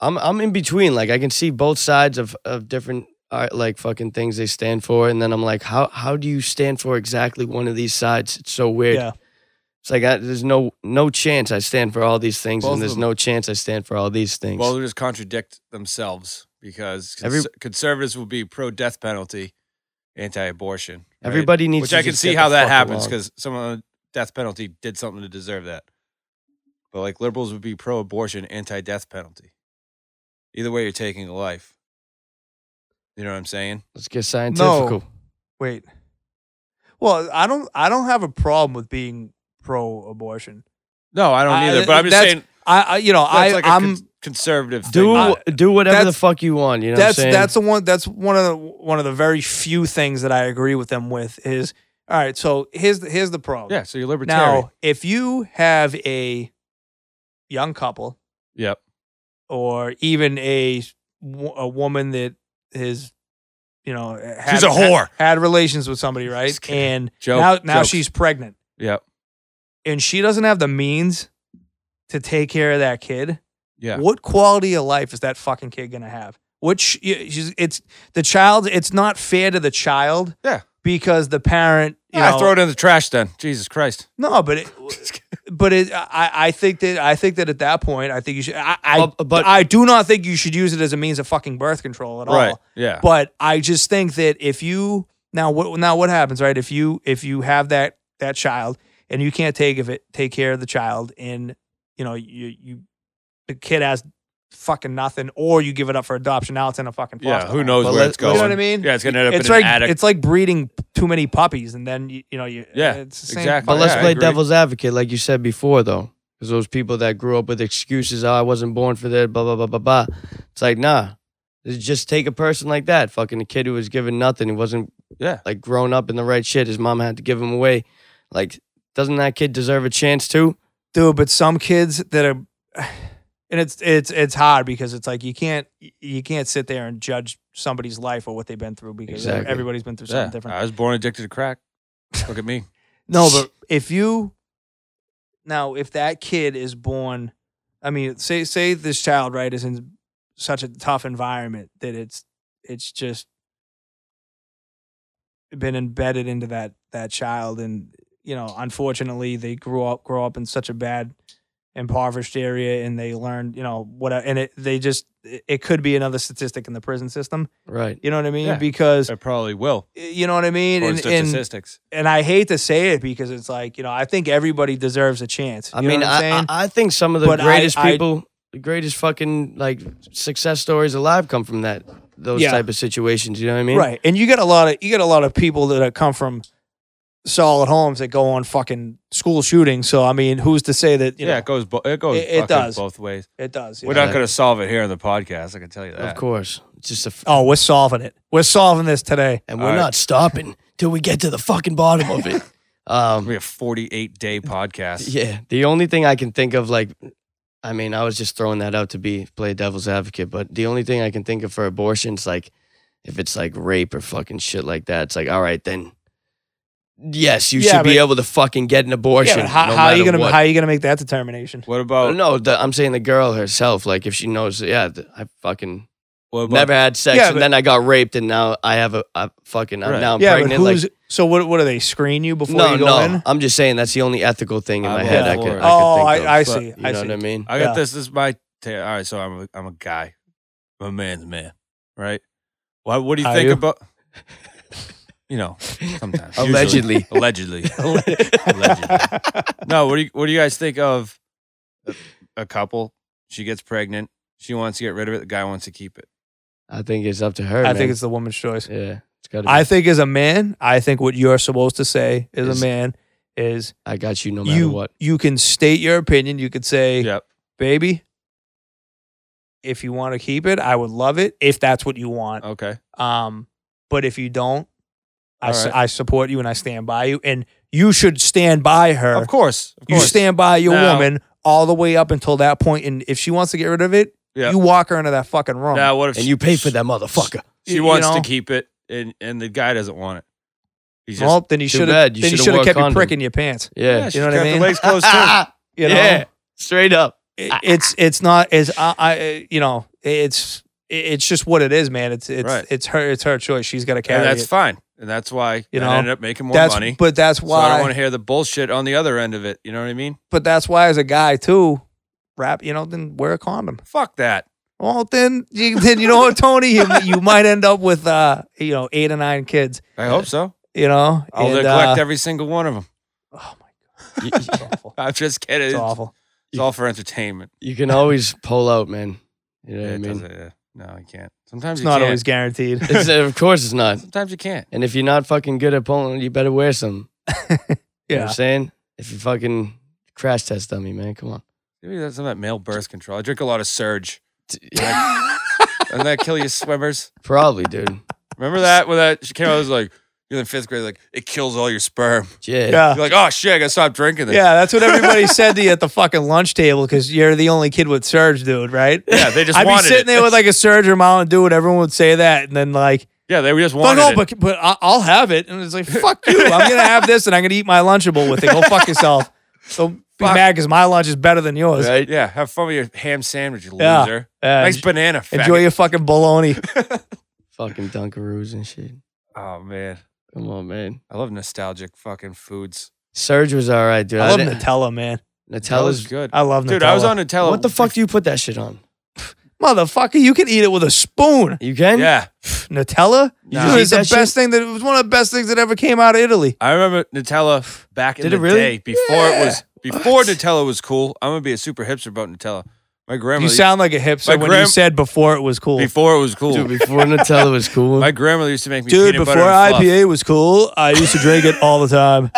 B: I'm I'm in between. Like I can see both sides of of different uh, like fucking things they stand for, and then I'm like, how how do you stand for exactly one of these sides? It's so weird.
A: yeah,
B: It's like I, there's no no chance I stand for all these things,
C: Both of
B: and there's
C: them.
B: no chance I stand for all these things.
C: Well, they'll just contradict themselves because cons-
B: Every-
C: conservatives will be pro death penalty, anti abortion.
B: Everybody needs.
C: Which
B: to
C: I can
B: just
C: see
B: get
C: how
B: the
C: that
B: fuck
C: happens
B: along.
C: because someone on death penalty did something to deserve that. But like liberals would be pro abortion, anti death penalty. Either way, you're taking a life. You know what I'm saying?
B: let's get scientific.
A: wait. Well, I don't I don't have a problem with being pro-abortion.
C: No, I don't
A: I- uh,
C: either. But I'm just
A: that's-
C: saying
A: I, I you know I
C: that's like a
A: I'm
C: cons- conservative
B: Do
C: thing. I-
B: do whatever the
A: that's-
B: fuck you want. You know
A: that's
B: what I'm saying?
A: that's the one that's one of the one of the very few things that I agree with them with is all right. So here's the, here's the problem.
C: yeah, so you're libertarian.
A: Now, if you have a young couple
C: yep.
A: or even a wo- a woman that is, you know, had,
C: She's a whore.
A: Had, had relations with somebody, right?
C: Just kidding.
A: And
C: Joke,
A: now now
C: jokes.
A: she's pregnant,
C: Yep.
A: and she doesn't have the means to take care of that kid.
C: Yeah.
A: What quality of life is that fucking kid gonna have? Which she's, it's the child. It's not fair to the child.
C: Yeah.
A: Because the parent, you
C: Yeah,
A: know,
C: I throw it in the trash then. Jesus Christ.
A: No, but it, but it, I, I think that I think that at that point, I think you should. I, I
B: But- but-
A: I do not think you should use it as a means of fucking birth control at
C: Right.
A: all.
C: Yeah.
A: But I just think that if you now what now what happens right if you if you have that that child and you can't take of it take care of the child and you know you you the kid has fucking nothing or you give it up for adoption now it's in a fucking foster
C: yeah. Who
A: home.
C: knows
B: Well,
C: where
B: let-
C: it's
A: you
C: going?
A: know what I mean
C: Yeah, it's gonna end up
A: it's
C: in
A: like
C: an attic.
A: it's like breeding too many puppies and then you, you know you
C: Yeah,
A: it's the same
C: exactly.
B: But
C: Oh,
B: let's
C: yeah, I
B: play
C: agree.
B: devil's advocate, like you said before, though, because those people that grew up with excuses, oh, I wasn't born for that, blah blah blah blah blah. It's like nah, just take a person like that, fucking a kid who was given nothing, who wasn't
C: Yeah.
B: like grown up in the right shit. His mom had to give him away. Like, doesn't that kid deserve a chance too?
A: dude but some kids that are and it's it's it's hard because it's like you can't you can't sit there and judge somebody's life or what they've been through because
B: Exactly.
A: everybody's been through something
C: yeah.
A: different
C: I was born addicted to crack. Look at me.
A: no but if you now if that kid is born i mean say say this child right is in such a tough environment that it's it's just been embedded into that that child and you know unfortunately they grew up grow up in such a bad impoverished area and they learned you know what and it they just it it could be another statistic in the prison system
B: Right.
A: you know what i mean
C: Yeah.
A: because
C: I probably will.
A: you know what i mean
C: According
A: and,
C: to
A: and
C: statistics.
A: and I hate to say it because it's like you know I think everybody deserves a chance.
B: I
A: You know
B: mean,
A: what I'm
B: I, I
A: saying?
B: I think some of the
A: But I-
B: greatest
A: I-
B: people, the greatest fucking like success stories alive come from that those
A: Yeah.
B: type of situations. You know what I mean?
A: right. And you get a lot of you get a lot of people that come from solid homes that go on fucking school shootings. So I mean, who's to say that you
C: yeah,
A: know
C: it goes. Bo- it goes.
A: It- it
C: fucking
A: does.
C: both ways.
A: it does? you
C: We're
A: know?
C: not going to solve it here on the podcast. I can tell you that.
B: Of course. It's just a f-
A: Oh, we're solving it. We're solving this today.
B: and we're
C: All right.
B: not stopping till we get to the fucking bottom of it.
C: We
B: Um,
C: have 48 day podcast.
B: yeah. The only thing I can think of, like, I mean, I was just throwing that out to be play devil's advocate, but the only thing I can think of for abortions, like, if it's like rape or fucking shit like that, it's like, all right, then yes, you
A: Yeah,
B: should be
A: but-
B: able to fucking get an
A: Yeah,
B: abortion.
A: but how,
B: no
A: how are you
B: matter
A: gonna
B: what.
A: how are you gonna make that determination?
C: What about
B: no, the, I'm saying the girl herself. Like, if she knows, yeah, th- I fucking
C: what about
B: never had sex,
A: Yeah,
B: and
A: but-
B: then I got raped, and now I have a, I fucking, I'm
C: Right.
B: now I'm
A: yeah,
B: pregnant.
A: but
B: like,
A: who's so what? What do they screen you before
B: no,
A: you go
B: no.
A: in?
B: I'm just saying that's the only ethical thing in
C: I'm
B: my
C: all
B: head. I
C: for
B: could, I
C: it.
B: could
A: oh,
B: think of.
A: I, I
C: but
A: see.
B: You
A: I
B: know
A: see.
B: what I mean?
C: I got
A: Yeah.
C: this. This is my. ta- all right, so I'm a, I'm a guy. I'm a man's man, right? Why? What do you
A: Are
C: think
A: you?
C: about? You know, sometimes usually.
B: Allegedly.
C: allegedly, allegedly. No, what do you what do you guys think of a, a couple? She gets pregnant. She wants to get rid of it. The guy wants to keep it.
B: I think it's up to her.
A: I
B: man.
A: think it's the woman's choice.
B: yeah. It's gotta be,
A: I think as a man, I think what you're supposed to say as
B: Is-
A: a man is
B: I got you no matter
A: you
B: what.
A: you can state your opinion. You could say,
C: Yep.
A: baby, if you want to keep it, I would love it if that's what you want.
C: Okay.
B: Uh.
A: Um, but if you don't, I,
C: All
A: su-
C: right.
A: I support you and I stand by you. And you should stand by her.
C: Of course. Of
A: You
C: course.
A: stand by your
C: Now-
A: woman all the way up until that point, and if she wants to get rid of it,
C: Yeah.
A: you walk her into that fucking room.
C: now what if
B: And
C: she-
B: you pay for that motherfucker.
A: you-
C: She
A: you
C: wants
A: know?
C: to keep it, and and the guy doesn't want it. He's just
A: well, then you
B: too
A: should have
B: bad.
A: then
B: You
A: you
B: should've
A: should have
B: wore a
A: kept your
B: condom.
A: prick in your pants.
B: Yeah. Ah,
C: she's
A: know what I
C: got
A: mean?
C: The legs closed too.
A: You know,
B: Yeah. Straight up.
A: It- it's it's not as I, I you know it's it's just what it is, man. It's it's
C: Right.
A: it's her it's her choice. She's got to carry
C: and that's
A: it.
C: fine. And that's why
A: You
C: you
A: know,
C: I ended up making more
A: that's
C: money.
A: but that's
C: so I
A: why
C: don't want to hear the bullshit on the other end of it. You know what I mean?
A: but that's why as a guy too, wrap you know then wear a condom.
C: Fuck that.
A: Well then you, then you know what Tony you, you might end up with uh you know eight or nine kids.
C: I hope so.
A: You know
C: I'll
A: Uh, And,
C: neglect
A: uh,
C: every single one of them.
A: Oh my
B: You,
A: god, it's awful.
C: I'm just kidding.
A: It's
C: It's,
A: awful.
C: it's all for entertainment.
B: you can always pull out, man. You know
C: Yeah,
B: what I
C: it
B: mean?
C: doesn't- yeah. No, you can't. Sometimes
A: It's
C: you
A: not
C: can't.
A: always guaranteed.
B: It's, of course it's not.
C: Sometimes you can't.
B: And if you're not fucking good at pulling, you better wear some. You know what
A: Yeah.
B: I'm saying? If you fucking crash test dummy, man, come on.
C: Maybe that's some of that male birth control. I drink a lot of Surge. Doesn't that kill you swimmers?
B: Probably, dude.
C: Remember that when that she came out? I was like, you're in fifth grade. Like it kills all your sperm.
B: Yeah.
A: Yeah.
C: You're like, oh shit, I gotta stop drinking this.
A: Uh, Yeah, that's what everybody said to you at the fucking lunch table because you're the only kid with Surge, dude, right?
C: Yeah, they just
A: I'd be
C: wanted
A: sitting
C: it.
A: there with like a Surge or Mountain Dew, and everyone would say that, and then like,
C: Yeah, they just
A: "Fuck
C: wanted
A: no,
C: it.
A: but but I- I'll have it, and it's like, fuck you, I'm gonna have this, and I'm gonna eat my Lunchable with it. Go fuck yourself. So be
C: Fuck.
A: mad because my lunch is better than yours.
B: Right?
C: Yeah, have fun with your ham sandwich, you
A: Yeah.
C: loser.
A: Yeah,
C: nice
A: en-
C: banana.
A: Enjoy
C: faggot.
A: your fucking bologna.
B: Fucking Dunkaroos and shit.
C: Oh man,
B: Come on, man.
C: I love nostalgic fucking foods.
B: Surge was all right, dude.
A: I love
B: didn't-
A: Nutella, man.
B: Nutella's.
C: good.
A: I love Nutella.
C: Dude, I was on Nutella.
B: What the fuck do you put that shit on?
A: motherfucker. You can eat it with a spoon.
B: You can?
C: Yeah,
A: Nutella.
C: You
A: Dude, it's
C: just
B: eat
A: the
B: that shit?
A: best thing that it was one of the best things that ever came out of Italy.
C: I remember Nutella back in
B: Did
C: the
B: it really?
C: day before it was before Nutella was cool. I'm gonna be a super hipster about Nutella. My grandmother
A: You sound like a hipster
C: My
A: when you
C: grand-
A: said before it was cool.
C: before it was cool.
B: Dude, before Nutella was cool.
C: my grandmother used to make me
A: Dude,
C: peanut
A: before
C: butter and fluff.
A: IPA was cool, I used to drink it all the time.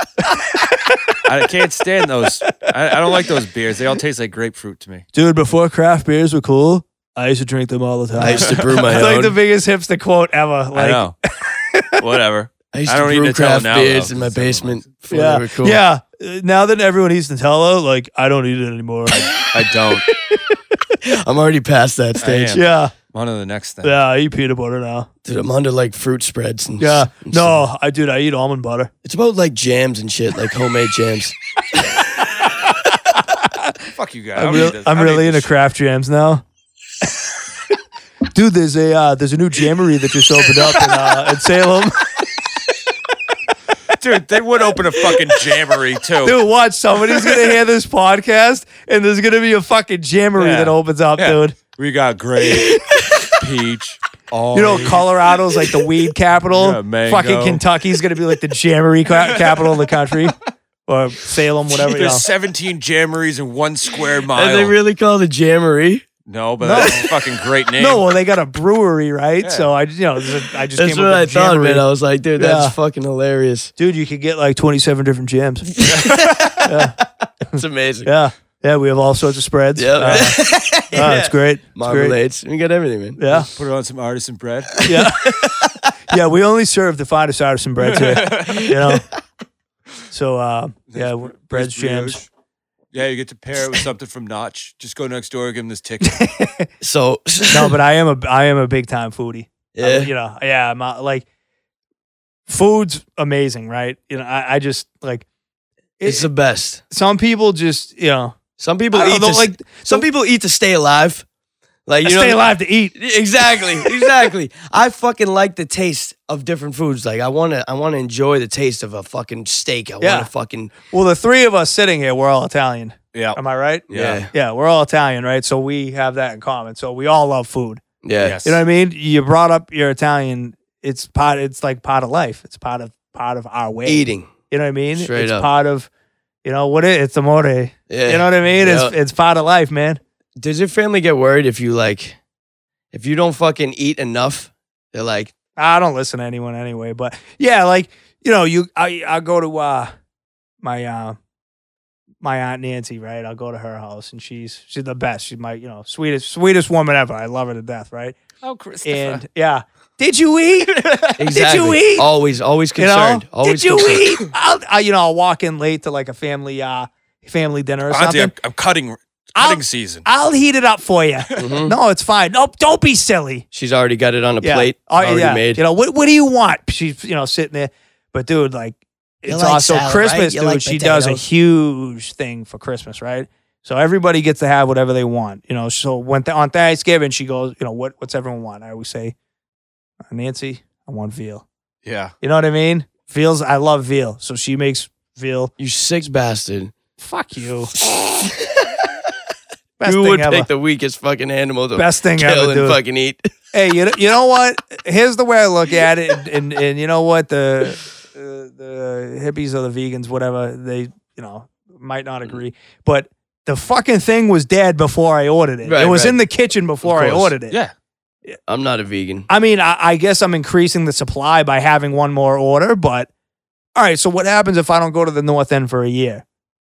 C: I can't stand those. I, I don't like those beers. They all taste like grapefruit to me.
A: Dude, before craft beers were cool, I used to drink them all the time.
B: I used to brew my
A: it's like
B: own.
A: the biggest hipster quote ever. Like,
C: I know. Whatever.
B: I used
C: I
B: to
C: don't eat
B: brew
C: Nutella
B: craft
C: now,
B: beers
C: though.
B: in my
C: Someone
B: basement.
C: likes it.
B: before they
A: yeah,
B: were cool.
A: yeah. Uh, Now that everyone eats Nutella, like I don't eat it anymore.
C: I don't.
B: I'm already past that stage.
C: am.
A: yeah,
C: On to the next thing.
A: yeah. I eat peanut butter now.
B: Dude, I'm under like fruit spreads and
A: Yeah,
B: and stuff.
A: no, I dude, I eat almond butter.
B: It's about like jams and shit, like homemade jams.
C: Fuck you guys. I
A: I'm,
C: don't
A: real-
C: need this.
A: I'm
C: I don't
A: really
C: need
A: into
C: this shit.
A: craft jams now. Dude, there's a uh, there's a new jammery that just opened up in, uh, in Salem.
C: Dude, they would open a fucking jamboree too.
A: Dude, watch somebody's gonna hear this podcast and there's gonna be a fucking jamboree
C: Yeah.
A: that opens up,
C: Yeah.
A: dude.
C: We got grape, peach, all
A: You know, Colorado's like the weed
C: Yeah,
A: capital.
C: mango.
A: fucking Kentucky's gonna be like the jamboree ca- capital of the country, or Salem, whatever. You know.
C: There's 17 jamborees in one square
B: Are
C: mile.
B: they really called a jamboree?
C: no, but
A: No.
C: that's a fucking great name.
A: No, well, they got a brewery, right?
C: Yeah.
A: So I, you know, there's a- I just
B: That's
A: came
B: what
A: up
B: I
A: with
B: thought,
A: jamboree.
B: man. I was like, dude,
A: Yeah.
B: that's fucking hilarious.
A: Dude, you could get like 27 different jams.
B: It's amazing.
A: yeah, yeah, we have all sorts of spreads.
B: Yeah.
A: Uh, uh, it's great. It's great.
B: Marmalades. We got everything, man.
A: Yeah,
C: Put it on some artisan bread.
A: yeah, yeah. We only serve the finest artisan breads here. you know. So uh, yeah, w- breads, jams.
C: Yeah, you get to pair it with something from Notch. Just go next door, give them this ticket.
B: So,
A: No, but I am a I am a big time foodie. I-
B: yeah.
A: you know, yeah, I'm uh, like food's amazing, right? You know, I, I just like it-
B: It's the best.
A: some people just you know
B: Some people
A: I don't
B: eat
A: know,
B: to, like
A: like,
B: some people eat to stay alive. Like you know,
A: stay alive to eat.
B: Exactly, exactly. I fucking like the taste of different foods. Like I want to, I want to enjoy the taste of a fucking steak. I
A: Yeah.
B: want to fucking
A: Well, the three of us sitting here, we're all Italian.
C: Yeah.
A: Am I right?
B: yeah,
C: Yeah.
A: Yeah, we're all Italian, right? So we have that in common. So we all love food.
B: yeah.
C: Yes.
A: You know what I mean? You brought up your Italian. It's part. It's like part of life. It's part of part of our way.
B: Eating,
A: You know what I mean?
B: Straight
A: it's
B: up.
A: part of. You know what it, it's amore.
B: yeah.
A: You know what I mean? It's
B: Yeah.
A: it's part of life, man.
B: Does your family get worried if you like, if you don't fucking eat enough? They're like,
A: I don't listen to anyone anyway, but yeah, like you know, you I I go to uh my uh my aunt Nancy, right? I'll go to her house, and she's she's the best. She's my you know sweetest sweetest woman ever. I love her to death, right?
C: Oh, Christopher.
A: And yeah, did you eat? Did
B: exactly.
A: you eat?
B: Always, always
A: You know?
B: concerned. Always
A: did you
B: concerned.
A: eat? I'll, I, you know, I'll walk in late to like a family uh family dinner or
C: Auntie,
A: something.
C: I'm, I'm cutting cutting
A: I'll-
C: season.
A: I'll heat it up for you.
B: Mhm.
A: No, it's fine. Nope, don't be silly.
B: She's already got it on a
A: Yeah.
B: plate,
A: Oh,
B: already
A: yeah.
B: made.
A: You know what? What do you want? She's you know sitting there, but dude, like
B: You
A: it's
B: like
A: also
B: salad, right?
A: Christmas,
B: You
A: dude.
B: like
A: she does a
B: potatoes.
A: huge thing for Christmas, right? So everybody gets to have whatever they want, you know. So when th- on Thanksgiving, she goes, you know, what what's everyone want? I always say, Nancy, I want veal.
C: yeah.
A: You know what I mean? Veals, I love veal. So she makes veal.
B: You sick bastard.
A: Fuck you. Best
B: You
A: thing
B: would
A: ever.
B: pick the weakest fucking animal to
A: Best thing
B: kill
A: ever,
B: and
A: dude.
B: fucking eat.
A: hey, you know, you know what? Here's the way I look at it, and and, and you know what the uh, the hippies or the vegans, whatever they you know might
C: Mm.
A: not agree, but the fucking thing was dead before I ordered it.
B: Right,
A: it was
B: right.
A: in the kitchen before I
B: course.
A: ordered it.
C: Yeah.
B: I'm not a vegan.
A: I mean, I, I guess I'm increasing the supply by having one more order, but all right. So what happens if I don't go to the North End for a year?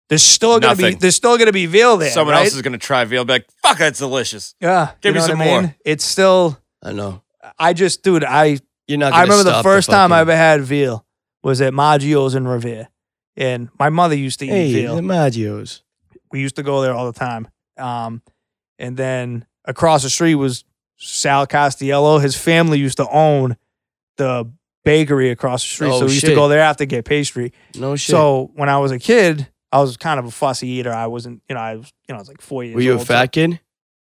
A: There's still gonna be
C: Nothing.
A: there's still gonna be veal there.
C: Someone
A: right?
C: else is going to try veal. Be like, fuck, that's delicious.
A: yeah.
C: Give
A: you
C: me
A: know
C: some
A: what I mean?
C: more.
A: It's still.
B: I know.
A: I just, dude, I
B: You're not. Gonna
A: I remember the
B: stop
A: first time I
B: fucking-
A: ever had veal was at Maggio's in Revere, and my mother used to eat
B: Hey,
A: veal.
B: the Maggios.
A: we used to go there all the time. Um, and then across the street was Sal Castiello. His family used to own the bakery across the street,
B: Oh,
A: so we used
B: shit.
A: to go there after to get pastry.
B: No shit.
A: So when I was a kid, I was kind of a fussy eater. I wasn't, you know, I was, you know, I was like four years.
B: were you a
A: old, so-
B: fat kid?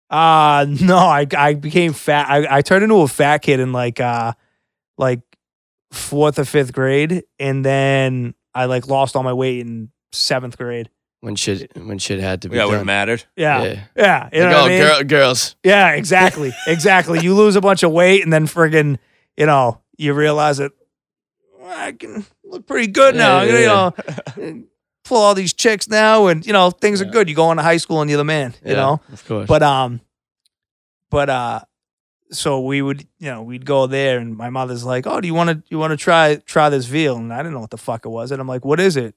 A: uh no, I I became fat. I, I turned into a fat kid in like uh like fourth or fifth grade, and then I like lost all my weight in seventh grade.
B: When shit, when shit had to be
C: Yeah, would have
B: done.
C: mattered.
A: Yeah, yeah,
B: Yeah.
A: you know
B: Like,
A: what
B: oh,
A: I mean?
B: girl, girls.
A: Yeah, exactly, exactly. you lose a bunch of weight, and then friggin', you know, you realize that "Well, I can look pretty good now.
B: Yeah, yeah,
A: you know, pull all these chicks now, and you know things are
B: Yeah.
A: good. You go into high school and you're the man.
B: Yeah,
A: You know.
B: of course.
A: But um, but uh, so we would you know we'd go there, and my mother's like, "Oh, do you want to you want to try try this veal?" And I didn't know what the fuck it was, and I'm like, "What is it?"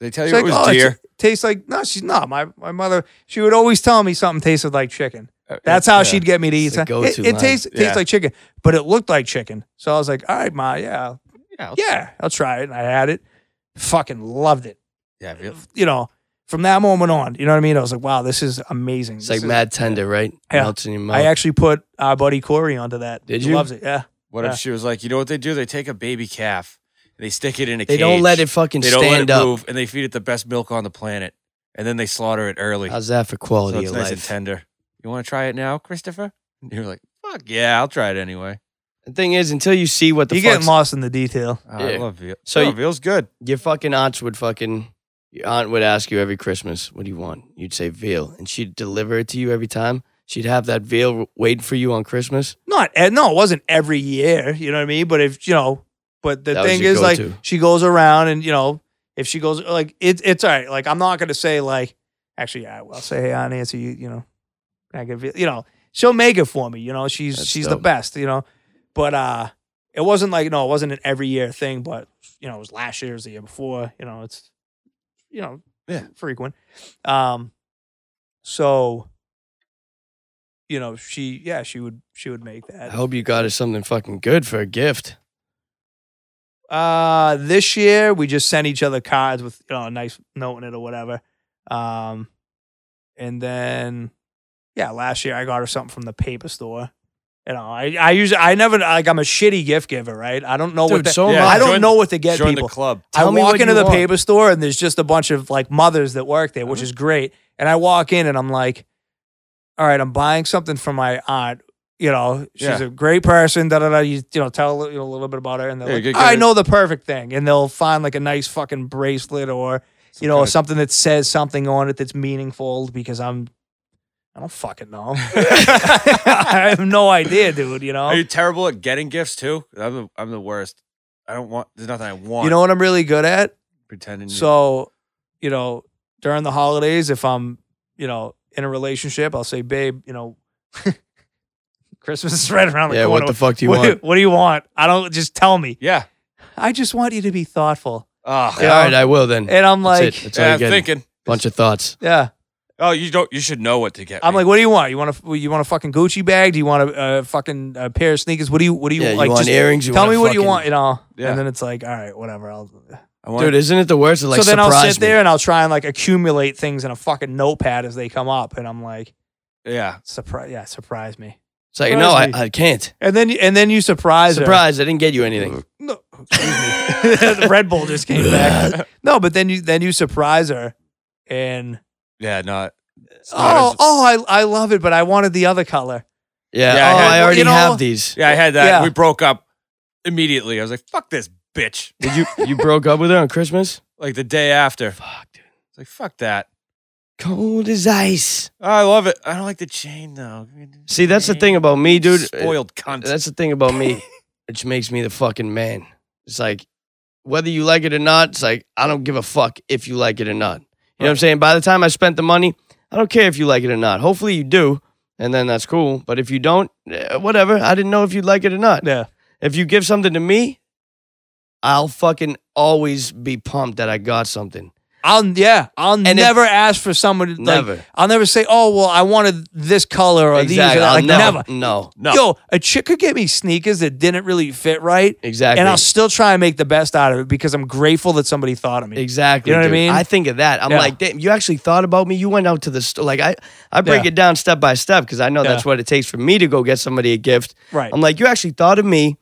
C: They tell
A: She's
C: you
A: like,
C: it was
A: "Oh, it's-
C: deer.
A: tastes like no, she's not my my mother. She would always tell me something tasted like chicken.
C: Uh,
A: That's how
C: yeah.
A: she'd get me to eat.
B: It's the
A: something.
B: go-to
A: It, it
B: line.
A: tastes it
C: Yeah.
A: tastes like chicken, but it looked like chicken. So I was like, "All right, ma, yeah,
C: Yeah.
A: yeah, I'll try it." And I had it, fucking loved it.
C: Yeah, veal.
A: You know, from that moment on, you know what I mean. I was like, "Wow, this is amazing."
B: it's
A: This is-
B: like mad tender, right?
A: Yeah.
B: Melts in your mouth.
A: I actually put our buddy Corey onto that.
B: Did
A: he
B: you?
A: Loves it. Yeah.
C: What
A: Yeah.
C: if she was like, you know what they do? They take a baby calf, and they stick it in a
B: they
C: cage.
B: don't let it fucking
C: They don't let
B: stand
C: it
B: up.
C: move, and they feed it the best milk on the planet, and then they slaughter it early.
B: How's that for
C: so
B: quality
C: it's
B: of
C: nice and
B: life?
C: tender. You want to try it now, Christopher? And you're like, fuck yeah, I'll try it anyway.
B: The thing is, until you see what the
A: You're getting
B: fuck
A: lost in the detail.
C: Oh, I
B: Yeah.
C: love veal.
B: So
C: So
B: you-
C: veal's good.
B: your fucking aunts would fucking your aunt would ask you every Christmas, "What do you want?" You'd say veal, and she'd deliver it to you every time. She'd have that veal waiting for you on Christmas.
A: Not eh, no, it wasn't every year. You know what I mean? But if you know, but the
B: That was
A: thing
B: your
A: is, like,
B: go-to.
A: she goes around and you know, if she goes like, it's it's all right. Like, I'm not gonna say like, actually, yeah, I'll say, hey, Aunt Nancy, you you know, I can feel, you know, she'll make it for me. You know, she's
B: That's
A: she's the
B: dope.
A: best. You know, but uh, it wasn't like no, it wasn't an every year thing. But you know, it was last year, it was the year before. You know, it's you know,
C: Yeah.
A: frequent. Um, so you know, she yeah, she would she would make
B: I
A: that.
B: hope you got her something fucking good for a gift.
C: Oh.
A: Uh, this year we just sent each other cards with you know a nice note in it or whatever. Um, and then yeah, last year I got her something from the paper store. You know, I, I usually I never like I'm a shitty gift giver, right? I don't know what
F: Dude,
A: the,
F: so
C: Yeah.
F: am I.
A: I don't
C: Join-
A: know what to get
C: Join
A: people.
C: the club.
B: Tell
A: I
B: me
A: walk
B: what
A: into
B: you
A: the
B: want. Uh-huh.
A: paper store and there's just a bunch of like mothers that work there, which is great. And I walk in and I'm like, all right, I'm buying something for my aunt. You know, she's
C: Yeah.
A: a great person. Da da da. You, you know, tell a little, you know, a little bit about her, and they're
C: Yeah,
A: like,
C: good-
A: I
C: good-
A: know the perfect thing, and they'll find like a nice fucking bracelet or
C: Some
A: you know
C: kind of-
A: something that says something on it that's meaningful because I'm, I don't fucking know. I have no idea, dude. You know,
C: Are you terrible at getting gifts too? I'm the, I'm the worst. I don't want. There's nothing I want.
A: you know what I'm really good at?
C: pretending.
A: So, you know, during the holidays, if I'm, you know, in a relationship, I'll say, babe, you know, Christmas is right around the
B: Yeah,
A: corner.
B: what the fuck do you
A: what,
B: want?
A: what do you want? I don't just tell me.
C: yeah.
A: I just want you to be thoughtful.
C: Oh,
B: Yeah, all right, I will then.
A: And I'm
B: Mm, That's
A: like,
B: it. That's all
C: yeah,
B: you
C: I'm
B: get.
C: thinking.
B: Bunch of thoughts.
A: yeah.
C: Oh, you don't. You should know what to get.
A: I'm
C: me.
A: like, what do you want? You want a you want a fucking Gucci bag? Do you want a uh, fucking uh, pair of sneakers? What do you what do you
B: Yeah,
A: like?
B: you want
A: just
B: earrings? You
A: tell
B: want
A: me
B: a
A: what you
B: fucking-
A: want, you know.
C: Yeah.
A: And then it's like, all right, whatever. I'll
C: I want,
B: Dude, isn't it the worst? It, Like,
A: so then I'll
B: surprised
A: sit there
B: me.
A: and I'll try and like accumulate things in a fucking notepad as they come up, and I'm like,
C: yeah.
A: surprise, yeah, surprise me.
B: It's like, no, I,
A: surprised me.
B: I can't.
A: And then and then you surprise her.
B: Surprised, I didn't get you
C: Mm.
B: anything.
A: No, excuse me. the Red Bull just came back. No, but then you then you surprise her, and
C: Yeah. Not. it's not
A: oh
C: as-
A: oh I I love it, but I wanted the other color.
B: Yeah.
C: Yeah, I
B: oh,
C: had-
B: I
A: Well,
B: already
A: you know-
B: have these.
C: Yeah, I had that.
A: Yeah.
C: We broke up immediately. I was like, "Fuck this bitch!"
B: Did you you broke up with her on Christmas?
C: Like the day after. It's
B: Fuck, dude.
C: like, "Fuck that."
B: Cold as ice.
C: Oh, I love it. I don't like the chain though.
B: See, that's the thing about me, dude.
C: Spoiled cunt.
B: That's the thing about me, which makes me the fucking man. It's like whether you like it or not, it's like I don't give a fuck if you like it or not. You know what I'm saying? By the time I spent the money, I don't care if you like it or not. Hopefully you do, and then that's cool. But if you don't, eh, whatever. I didn't know if you'd like it or not.
A: Yeah.
B: If you give something to me, I'll fucking always be pumped that I got something.
A: I'll yeah I'll
B: if-
A: never ask for someone to, like
B: Never.
A: I'll never say oh well I wanted this color or these or that.
B: I'll
A: like
B: never-
A: never
B: No.
C: no.
A: yo a chick could get me sneakers that didn't really fit right
B: Exactly.
A: and I'll still try and make the best out of it because I'm grateful that somebody thought of me
B: Exactly.
A: You know what I
B: dude.
A: mean?
B: I think of that. I'm
A: Yeah.
B: like, damn, you actually thought about me. You went out to the store. Like I, I break
A: Yeah.
B: it down step by step because I know that's
A: Yeah.
B: what it takes for me to go get somebody a gift.
A: right
B: I'm like, you actually thought of me,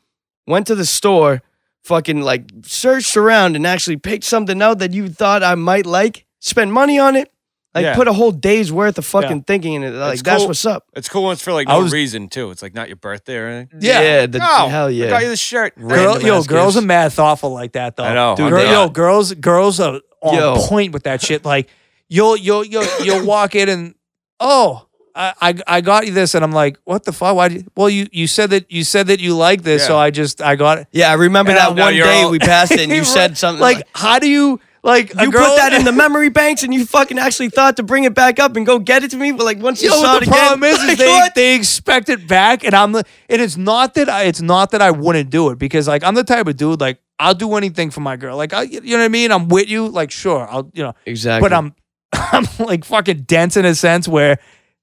B: went to the store, fucking like searched around and actually picked something out that you thought I might like, spent money on it, like
C: Yeah.
B: put a whole day's worth of fucking
A: Yeah.
B: thinking in it. Like
C: It's
B: that's
C: cool.
B: what's up.
C: it's cool when it's for like
A: I
C: no
A: was-
C: reason too. It's like not your birthday or anything.
A: Yeah.
B: the, hell
C: Oh, I got you
B: yeah.
C: this shirt.
A: Girl,
B: Random
A: yo,
B: ass
A: girls
B: gifts.
A: are mad thoughtful like that though.
C: I know,
A: Dude,
C: I'm
A: Girl-
C: not.
A: yo, girls, girls are on
B: Yo.
A: point with that shit. Like, you'll, you'll, you'll, you'll walk in and, oh, I, I, I got you this, and I'm like, what the fuck? Why? Did, well, you, you said that you said that you like this, so
C: Yeah.
A: I just, I got it.
B: Yeah, I remember
A: And
B: that
A: I'm-
C: no,
B: one
C: you're
B: day
C: all-
B: we passed it and you said something
A: like, how do you, like, a
B: You
A: girl-
B: put that in the memory banks, and you fucking actually thought to bring it back up and go get it to me. But like once you
A: Yo,
B: saw
A: what
B: it
A: the
B: again,
A: problem is, is
B: like,
A: they,
B: what?
A: they expect it back, and I'm the, and it's not that I, it's not that I wouldn't do it because like I'm the type of dude like I'll do anything for my girl, like I, you know what I mean. I'm with you, like sure, I'll, you know,
B: exactly.
A: but I'm, I'm like fucking dense in a sense where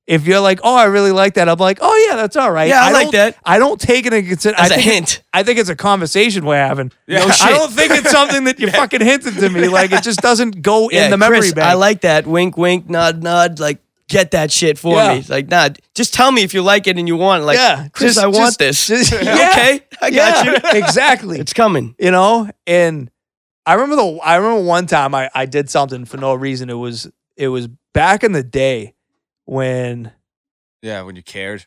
A: if you're like, oh, I really like that, I'm like, oh yeah, that's all right.
B: Yeah, I like
A: don't-
B: that.
A: I don't take it into
B: as a
A: consideration.
B: hint.
A: I think it's a conversation we're having.
C: Yeah. No
A: I
B: shit.
A: don't think it's something that you fucking hinted to me. Like it just doesn't go in the memory
B: Chris,
A: bank.
B: I like that. Wink, wink, nod, nod. Like get that shit for
A: Yeah.
B: me. It's Like nah, just tell me if you like it and you want. it. Like
A: Yeah,
B: Chris,
A: just-
B: I
A: just-
B: want this.
A: just- Yeah.
B: okay, I got
A: Yeah,
B: you.
A: exactly.
B: It's coming.
A: you know and i remember the i remember one time I, I did something for no reason it was it was back in the day when
C: Yeah, when you cared.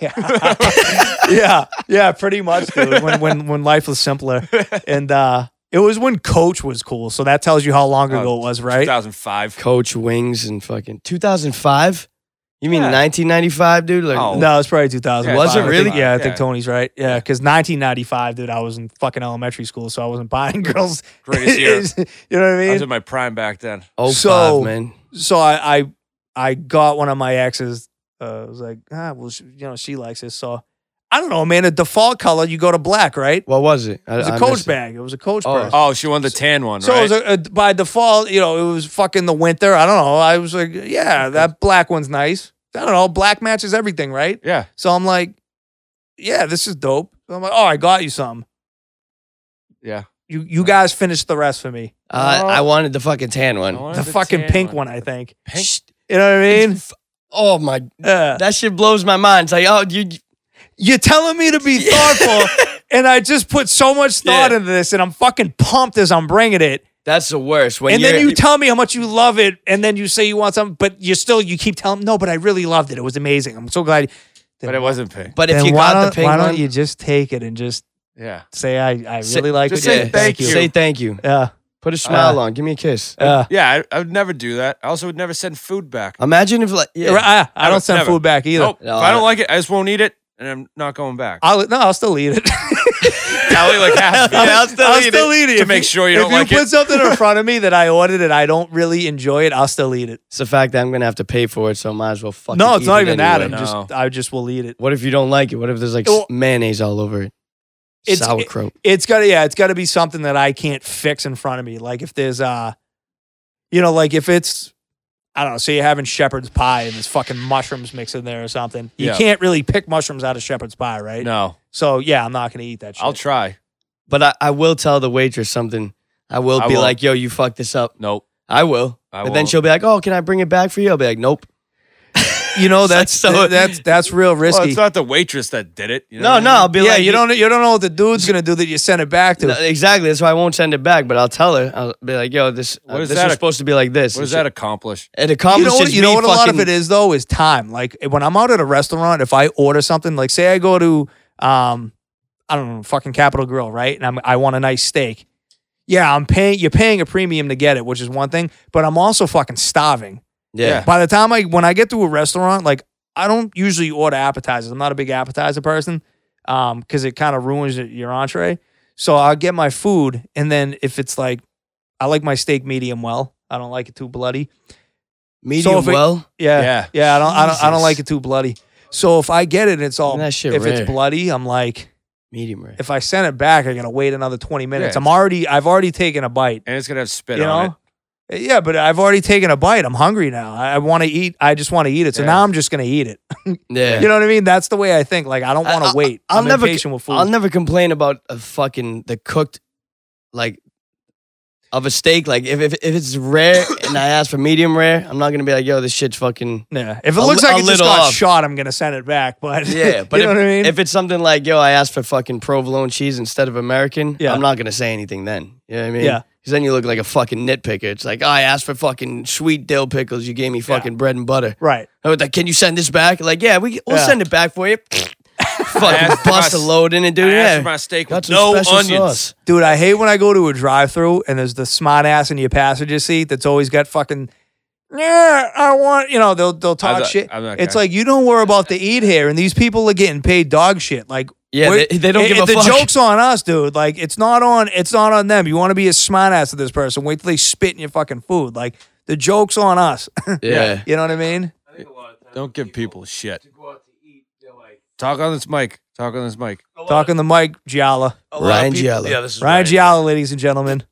A: yeah yeah yeah pretty much dude when when when life was simpler and uh it was when coach was cool so that tells you how long ago it was right
C: 2005.
B: Coach Wings and fucking 2005. You mean
C: Yeah.
B: 1995, dude? Like,
C: Oh.
A: no, it's probably 2000.
C: Was
B: it
A: I think,
B: really?
A: yeah, I
C: Yeah.
A: think Tony's right. Yeah, because 1995, dude, I was in fucking elementary school, so I wasn't buying girls.
C: Greatest year.
A: you know what I mean?
C: I was in my prime back then.
B: oh
A: So-
B: five, man.
A: so I I, I got one of my exes. Uh, I was like, ah, well, she, you know, she likes this. So I don't know, man. A default color, you go to black, right?
B: What was it? I-
A: It was
B: I
A: a
B: missed
A: coach
B: it.
A: bag. It was a coach
B: Oh,
A: purse.
C: Oh, she won the tan one,
A: so
C: right?
A: it was a, a, by default, you know, it was fucking the winter. I don't know. I was like, yeah, that black one's nice. I don't know. Black matches everything, right?
C: yeah.
A: So I'm like, yeah, this is dope. So I'm like, oh, I got you some.
C: Yeah.
A: You you guys finish the rest for me.
B: Uh, I wanted the fucking tan
C: I
B: one.
C: wanted
A: The fucking
C: tan
A: pink one, I think.
C: Pink?
A: You know what I mean?
B: Oh my
A: Uh,
B: That shit blows my mind. It's like, oh, you,
A: You're telling me to be thoughtful, and I just put so much thought
B: Yeah.
A: into this, and I'm fucking pumped as I'm bringing it.
B: That's the worst. When
A: And
B: you're,
A: then you tell me how much you love it, and then you say you want something, but you still you keep telling no, but I really loved it. It was amazing. I'm so glad.
C: but it wasn't pink.
B: but if
A: Then
B: you
A: why
B: got
A: don't-
B: the pink
A: why
B: one,
A: don't you just take it and just
C: Yeah.
A: say I I really like uh, it.
C: just say
A: Yeah,
C: thank you.
B: Say thank you. Uh,
A: Yeah.
B: Put a smile on. Give me a kiss.
A: Uh,
C: Yeah, I, I would never do that. I also would never send food back.
A: Oh,
B: Imagine if like yeah.
A: I, I
C: Never,
A: don't send
C: never.
A: food back either.
C: Nope.
B: No,
C: if I don't
B: I-
C: like it, I just won't eat it, and I'm not going back.
A: I'll no, I'll still eat it.
C: I'll eat like half. of it.
B: I'll still
A: I'll
B: eat
A: still eat it
C: to
A: If
C: make sure you
A: if
C: don't like
A: you put
C: it.
A: something in front of me that I ordered and I don't really enjoy it, I'll still eat it.
B: It's the fact that I'm gonna have to pay for it, so I might as well fucking.
A: no, it's
B: eat
A: not
B: it
A: even that.
B: anyway.
A: I'm just I just will eat it.
B: What if you don't like it? What if there's like s-
A: Well,
B: mayonnaise all over it?
A: It's
B: Sauerkraut.
A: It, has gotta yeah, it's gotta be something that I can't fix in front of me. Like if there's uh you know, like if it's I don't know, say you're having shepherd's pie and there's fucking mushrooms mixed in there or something. You
C: Yeah.
A: can't really pick mushrooms out of shepherd's pie, right?
C: No,
A: So yeah, I'm not gonna eat that shit.
C: I'll try.
B: but I, I will tell the waitress something. I will
C: I
B: be
C: won't.
B: like, "Yo, you fucked this up."
C: Nope.
B: I will.
C: I
B: but then
C: won't.
B: she'll be like, "Oh, can I bring it back for you?" I'll be like, "Nope."
A: you know
B: It's like
A: that's
B: so-
A: that's that's real risky.
C: Well, it's not the waitress that did it. You know
B: No,
C: what
B: no.
C: I
B: I'll
C: mean?
B: be
A: yeah,
B: like,
A: you don't you don't know what the dude's gonna do that you send it back to.
B: No, exactly. That's why I won't send it back. But I'll tell her. I'll be like, "Yo, this
C: What
B: uh,
C: is
B: this
C: that
B: was
C: a-
B: supposed to be like this."
C: What
B: And
C: does
B: she-
C: that accomplish?
B: It
A: you
B: accomplishes
A: know what, you know
B: me
A: what a lot of
B: fucking-
A: it is though is time. Like when I'm out at a restaurant, if I order something, like say I go to um I don't know, fucking Capital Grill, right? And I'm I want a nice steak. Yeah, I'm paying you're paying a premium to get it, which is one thing, but I'm also fucking starving.
B: Yeah.
A: By the time I when I get to a restaurant, like I don't usually order appetizers. I'm not a big appetizer person um cuz it kind of ruins your- your entree. So I'll get my food and then if it's like I like my steak medium well. I don't like it too bloody.
B: Medium
A: if it-
B: well.
A: Yeah.
C: Yeah.
A: Yeah, I don't, I don't, I don't
B: Jesus.
A: like it too bloody. So if I get it, and it's all
B: That shit
A: if
B: rare.
A: it's bloody, I'm like,
B: medium rare.
A: if I send it back, I gotta wait another twenty minutes.
C: Yeah.
A: I'm already, I've already taken a bite.
C: And it's gonna have spit
A: you
C: on
A: know, yeah, but I've already taken a bite. I'm hungry now. I, I want to eat. I just want to eat it. So
C: Yeah.
A: now I'm just gonna eat it.
B: Yeah.
A: You know what I mean? That's the way I think. Like I don't
B: I-
A: want
B: I-
A: to wait.
B: I'll
A: I'm
B: never-
A: impatient with food.
B: I'll never complain about a fucking the cooked like of a steak. Like if if, if it's rare and I ask for medium rare, I'm not gonna be like, yo, this shit's fucking
A: yeah. If it
B: a
A: looks
B: li-
A: like it
B: a
A: just
B: little
A: got
B: off.
A: shot, I'm gonna send it back. But
B: yeah. But
A: you know
B: if,
A: what I mean?
B: if it's something like, yo, I asked for fucking provolone cheese instead of American,
A: Yeah.
B: I'm not gonna say anything then. You know what I mean?
A: Yeah.
B: Because then you look like a fucking nitpicker. It's like, "Oh, I asked for fucking sweet dill pickles. You gave me fucking bread and butter.
A: right.
B: I was like, can you send this back? Like, yeah, we we'll
A: Yeah.
B: send it back for you.
C: asked
B: fucking
C: for my
B: bust a
C: s-
B: load in it,
C: it.
B: dude.
C: I
B: yeah.
C: asked for my steak
B: Got
C: with
B: some
C: no
B: special
C: onions.
B: sauce.
A: Dude, I hate when I go to a drive through and there's the smart ass in your passenger seat that's always got fucking yeah, I want you know, they'll they'll talk
C: not-
A: shit.
C: I'm not
A: It's
C: guy.
A: like you don't worry about the eat here and these people are getting paid dog shit. Like
B: Yeah,
A: we're-
B: they, they don't
A: it-
B: give a
A: it- the
B: fuck.
A: joke's on us, dude. Like it's not on it's not on them. You want to be a smart ass to this person, wait till they spit in your fucking food. Like the joke's on us.
B: Yeah.
A: you know what I mean?
C: Don't give people shit. Talk on this mic. Talk on this mic.
A: Talking the mic, Gialla.
F: A lot of
B: Ryan
F: people-
B: Giallo.
F: Yeah, this is
A: Ryan Gialla, ladies and gentlemen.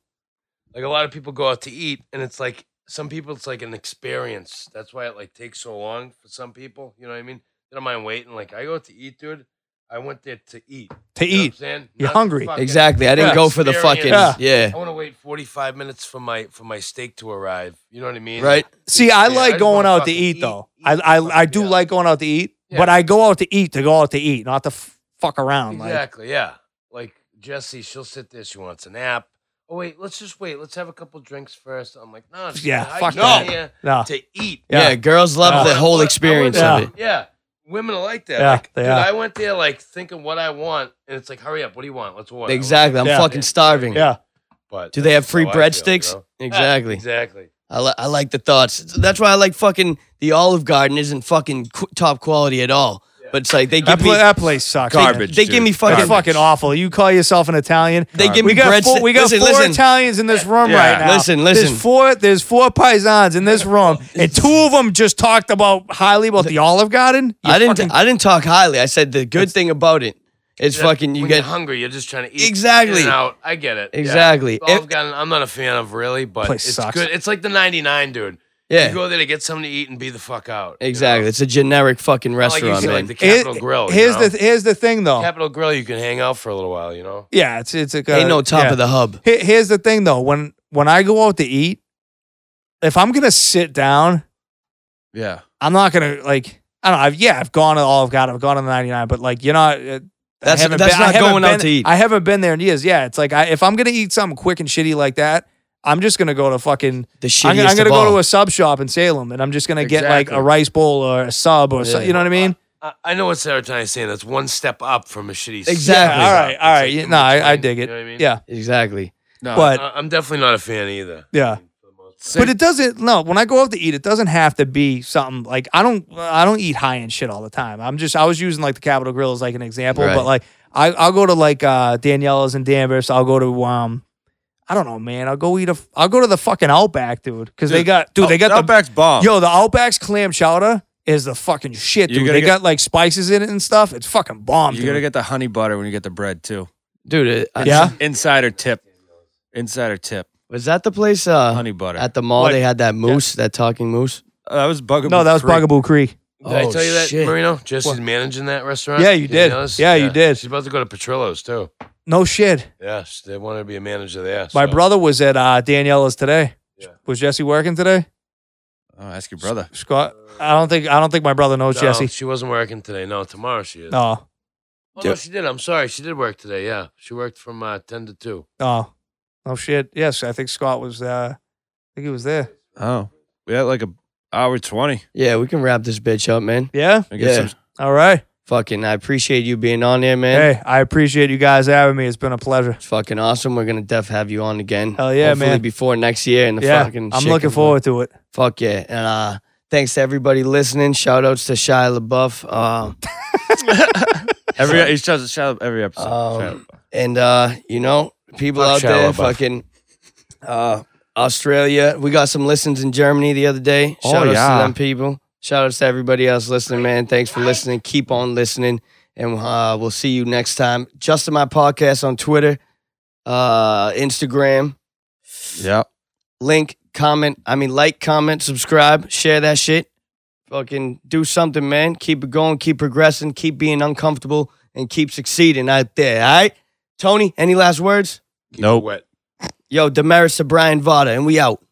F: Like a lot of people go out to eat, and it's like some people, it's like an experience. That's why it like takes so long for some people. You know what I mean? They don't mind waiting. Like I go out to eat, dude. I went there to eat.
A: To
F: You know what
A: eat.
F: I'm saying?
A: You're
F: Not to
A: hungry.
F: fucking-
B: Exactly. I didn't
F: Yeah.
B: go for the fucking. Yeah.
A: Yeah.
F: I want to wait 45 minutes for my for my steak to arrive. You know what I mean?
B: Right.
A: See, I
F: Yeah, I
A: like
F: just
A: going
F: wanna
A: out to
F: fucking
A: eat,
F: eat,
A: though.
F: eat,
A: I
F: fuck,
A: I, I do
F: yeah.
A: like going out to eat,
F: Yeah.
A: but I go out to eat to go out to eat, not to f- fuck around. Like,
F: Exactly. Yeah. Like Jesse, she'll sit there. She wants a nap. Oh wait, let's just wait. Let's have a couple drinks first. I'm like, no. just-
A: Yeah,
F: I
A: fuck
F: came
A: that.
F: here
A: no,
F: To eat.
A: Yeah.
B: Yeah, girls
A: Uh,
B: love the
F: I
B: whole
F: went-
B: experience
F: I
B: of
F: went-
B: it.
F: Yeah. Women are like that.
A: Yeah,
F: like,
A: they
F: dude,
A: are.
F: I went there like thinking what I want, and it's like, hurry up, what do you want? Let's order.
B: Exactly. I'm
A: Yeah.
B: fucking starving.
A: yeah,
F: But
B: Do they have
F: that's
B: free
F: how I feel,
B: breadsticks?
F: bro.
B: Exactly.
F: Exactly.
B: I, li- I like the thoughts. That's why I like fucking the Olive Garden isn't fucking qu- top quality at all. But it's like they
A: that,
B: give
A: pla-
B: me
A: that place sucks.
B: they-
C: Garbage,
B: They, give
C: dude.
B: me
A: It's
B: fucking.
A: fucking awful. You call yourself an Italian?
B: They give
A: We
B: me
A: got
B: breadsticks.
A: four, we got
B: listen,
A: four
B: listen.
A: Italians in this room
C: Yeah.
A: right now.
B: Listen, listen.
A: There's four. There's four paisans in this room, and two of them just talked about highly about the Olive Garden. You
B: I didn't.
A: fucking-
B: I didn't talk highly. I said the good thing about it is
F: That-
B: fucking you
F: when
B: get
F: you're hungry, you're just trying to eat.
B: Exactly.
F: In and out. I get it. Yeah.
B: Exactly.
F: Olive
B: If-
F: Garden, I'm not a fan of really, but
A: Place
F: it's
A: sucks.
F: good. It's like the 99, dude.
B: yeah
F: You go there to get something to eat and be the fuck out. you
B: exactly.
F: know?
B: It's a generic fucking
F: Like you
B: restaurant,
F: said,
B: man.
F: like the Capitol
A: Here-
F: Grill. you
A: Here's
F: know?
A: the here's the thing
B: oh.
A: though.
F: Capitol Grill. You can hang out for a little while. You know.
A: yeah, it's it's a
B: Ain't no top
A: uh, yeah.
B: of the hub.
A: Here- here's the thing though when when i go out to eat if i'm gonna sit down
C: Yeah.
A: i'm not gonna like I don't know. I've, yeah, I've gone to Olive Garden. I've gone to the 99, but like, you're not. Uh,
C: That's-
A: I haven't
C: that's
A: been, I
C: not
A: haven't
C: going out
A: been-
C: to eat.
A: I haven't been there in years. Yeah, it's like I, if I'm gonna eat something quick and shitty like that, I'm just gonna go to fucking.
B: The shittiest
A: I'm, gonna- I'm gonna
B: of
A: go
B: all.
A: to a sub shop in Salem, and I'm just gonna get like a
F: Exactly.
A: rice bowl or a sub or so,
B: Yeah.
A: you know what I mean?
F: I, I know what Sarah is saying. That's one step up from a shitty.
B: Exactly.
A: Yeah, all right,
F: It's
A: all
F: like
A: right.
F: in
A: no, I, I
F: between,
A: dig
F: you
A: it.
F: know what I mean?
A: Yeah,
B: exactly.
F: No,
A: But-
F: I, am definitely not a fan either.
A: yeah.
F: For the most part.
A: But it doesn't. No, when I go out to eat, it doesn't have to be something like I don't. I don't eat high end shit all the time. I'm just. I was using like the Capitol Grill as like an example,
B: Right.
A: but like I, I'll go to like uh Daniela's in Danvers. I'll go to um. I don't know, man. I'll go eat a. I'll go to the fucking Outback, dude, because they
C: Dude, oh,
A: got dude. They got the
C: Outback's bomb.
A: yo. The Outback's clam chowder is the fucking shit,
C: You
A: dude.
C: gotta
A: They
C: get-
A: got like spices in it and stuff. It's fucking bomb,
C: you
A: dude.
C: gotta get the honey butter when you get the bread too.
B: Dude, it, I-
A: Yeah?
C: Insider tip. Insider tip.
B: was that the place uh,
C: Honey butter.
B: at the mall
A: What?
B: they had that moose, that talking moose?
C: Uh, that was Bugaboo.
A: no, that was
C: Creek.
A: Bugaboo Creek.
F: Did I
B: Oh,
F: tell you that,
B: shit.
F: Marino? Jesse's managing that restaurant.
A: Yeah, you did.
F: Danielle's?
A: Yeah, you did.
F: She's about to go to Petrillo's too.
A: No shit.
F: Yes, they wanted to be a manager there.
A: My
F: so-
A: brother was at uh, Daniela's today.
F: Yeah.
A: Was Jesse working today?
C: Oh, ask your brother.
A: Scott. I don't think I don't think my brother knows
F: Uh, No,
A: Jesse.
F: She wasn't working today. No, tomorrow she is.
A: No,
F: Oh, no, she did. I'm sorry. She did work today. Yeah. She worked from uh, 10 to 2.
A: no, no shit. Yes, I think Scott was. Uh, I think he was there.
C: Oh, we had like a hour twenty.
B: Yeah, we can wrap this bitch up, man.
A: Yeah.
C: I guess
B: Yeah.
C: I'm-
A: All right.
B: Fucking, I appreciate you being on there, man.
A: Hey, I appreciate you guys having me. It's been a pleasure.
B: It's fucking awesome. We're gonna def have you on again.
A: Hell yeah,
B: Hopefully
A: man.
B: Before next year, and the
A: yeah,
B: fucking.
A: I'm
B: shit
A: looking
B: can-
A: forward to it.
B: Fuck yeah, and uh, thanks to everybody listening. Shout outs to Shia LaBeouf. Uh,
C: every e-, he shouts it shout out every episode.
A: Oh.
B: Um,
C: Shout out.
B: and uh, you know, people
F: Fuck
B: out there,
F: Shia LaBeouf.
B: fucking uh, Australia. We got some listens in Germany the other day.
C: Oh,
B: Shout outs
C: yeah.
B: to them people. Shout outs to everybody else listening, man. Thanks for listening. Keep on listening, and uh, we'll see you next time. Justin, my podcast on Twitter, uh, Instagram.
C: yeah.
B: link, comment. I mean, like, comment, subscribe, share that shit. Fucking do something, man. Keep it going, keep progressing, keep being uncomfortable, and keep succeeding out there. All right, Tony. Any last words?
F: Nope. Wet.
B: Yo, demerits to Brian Vada, and we out.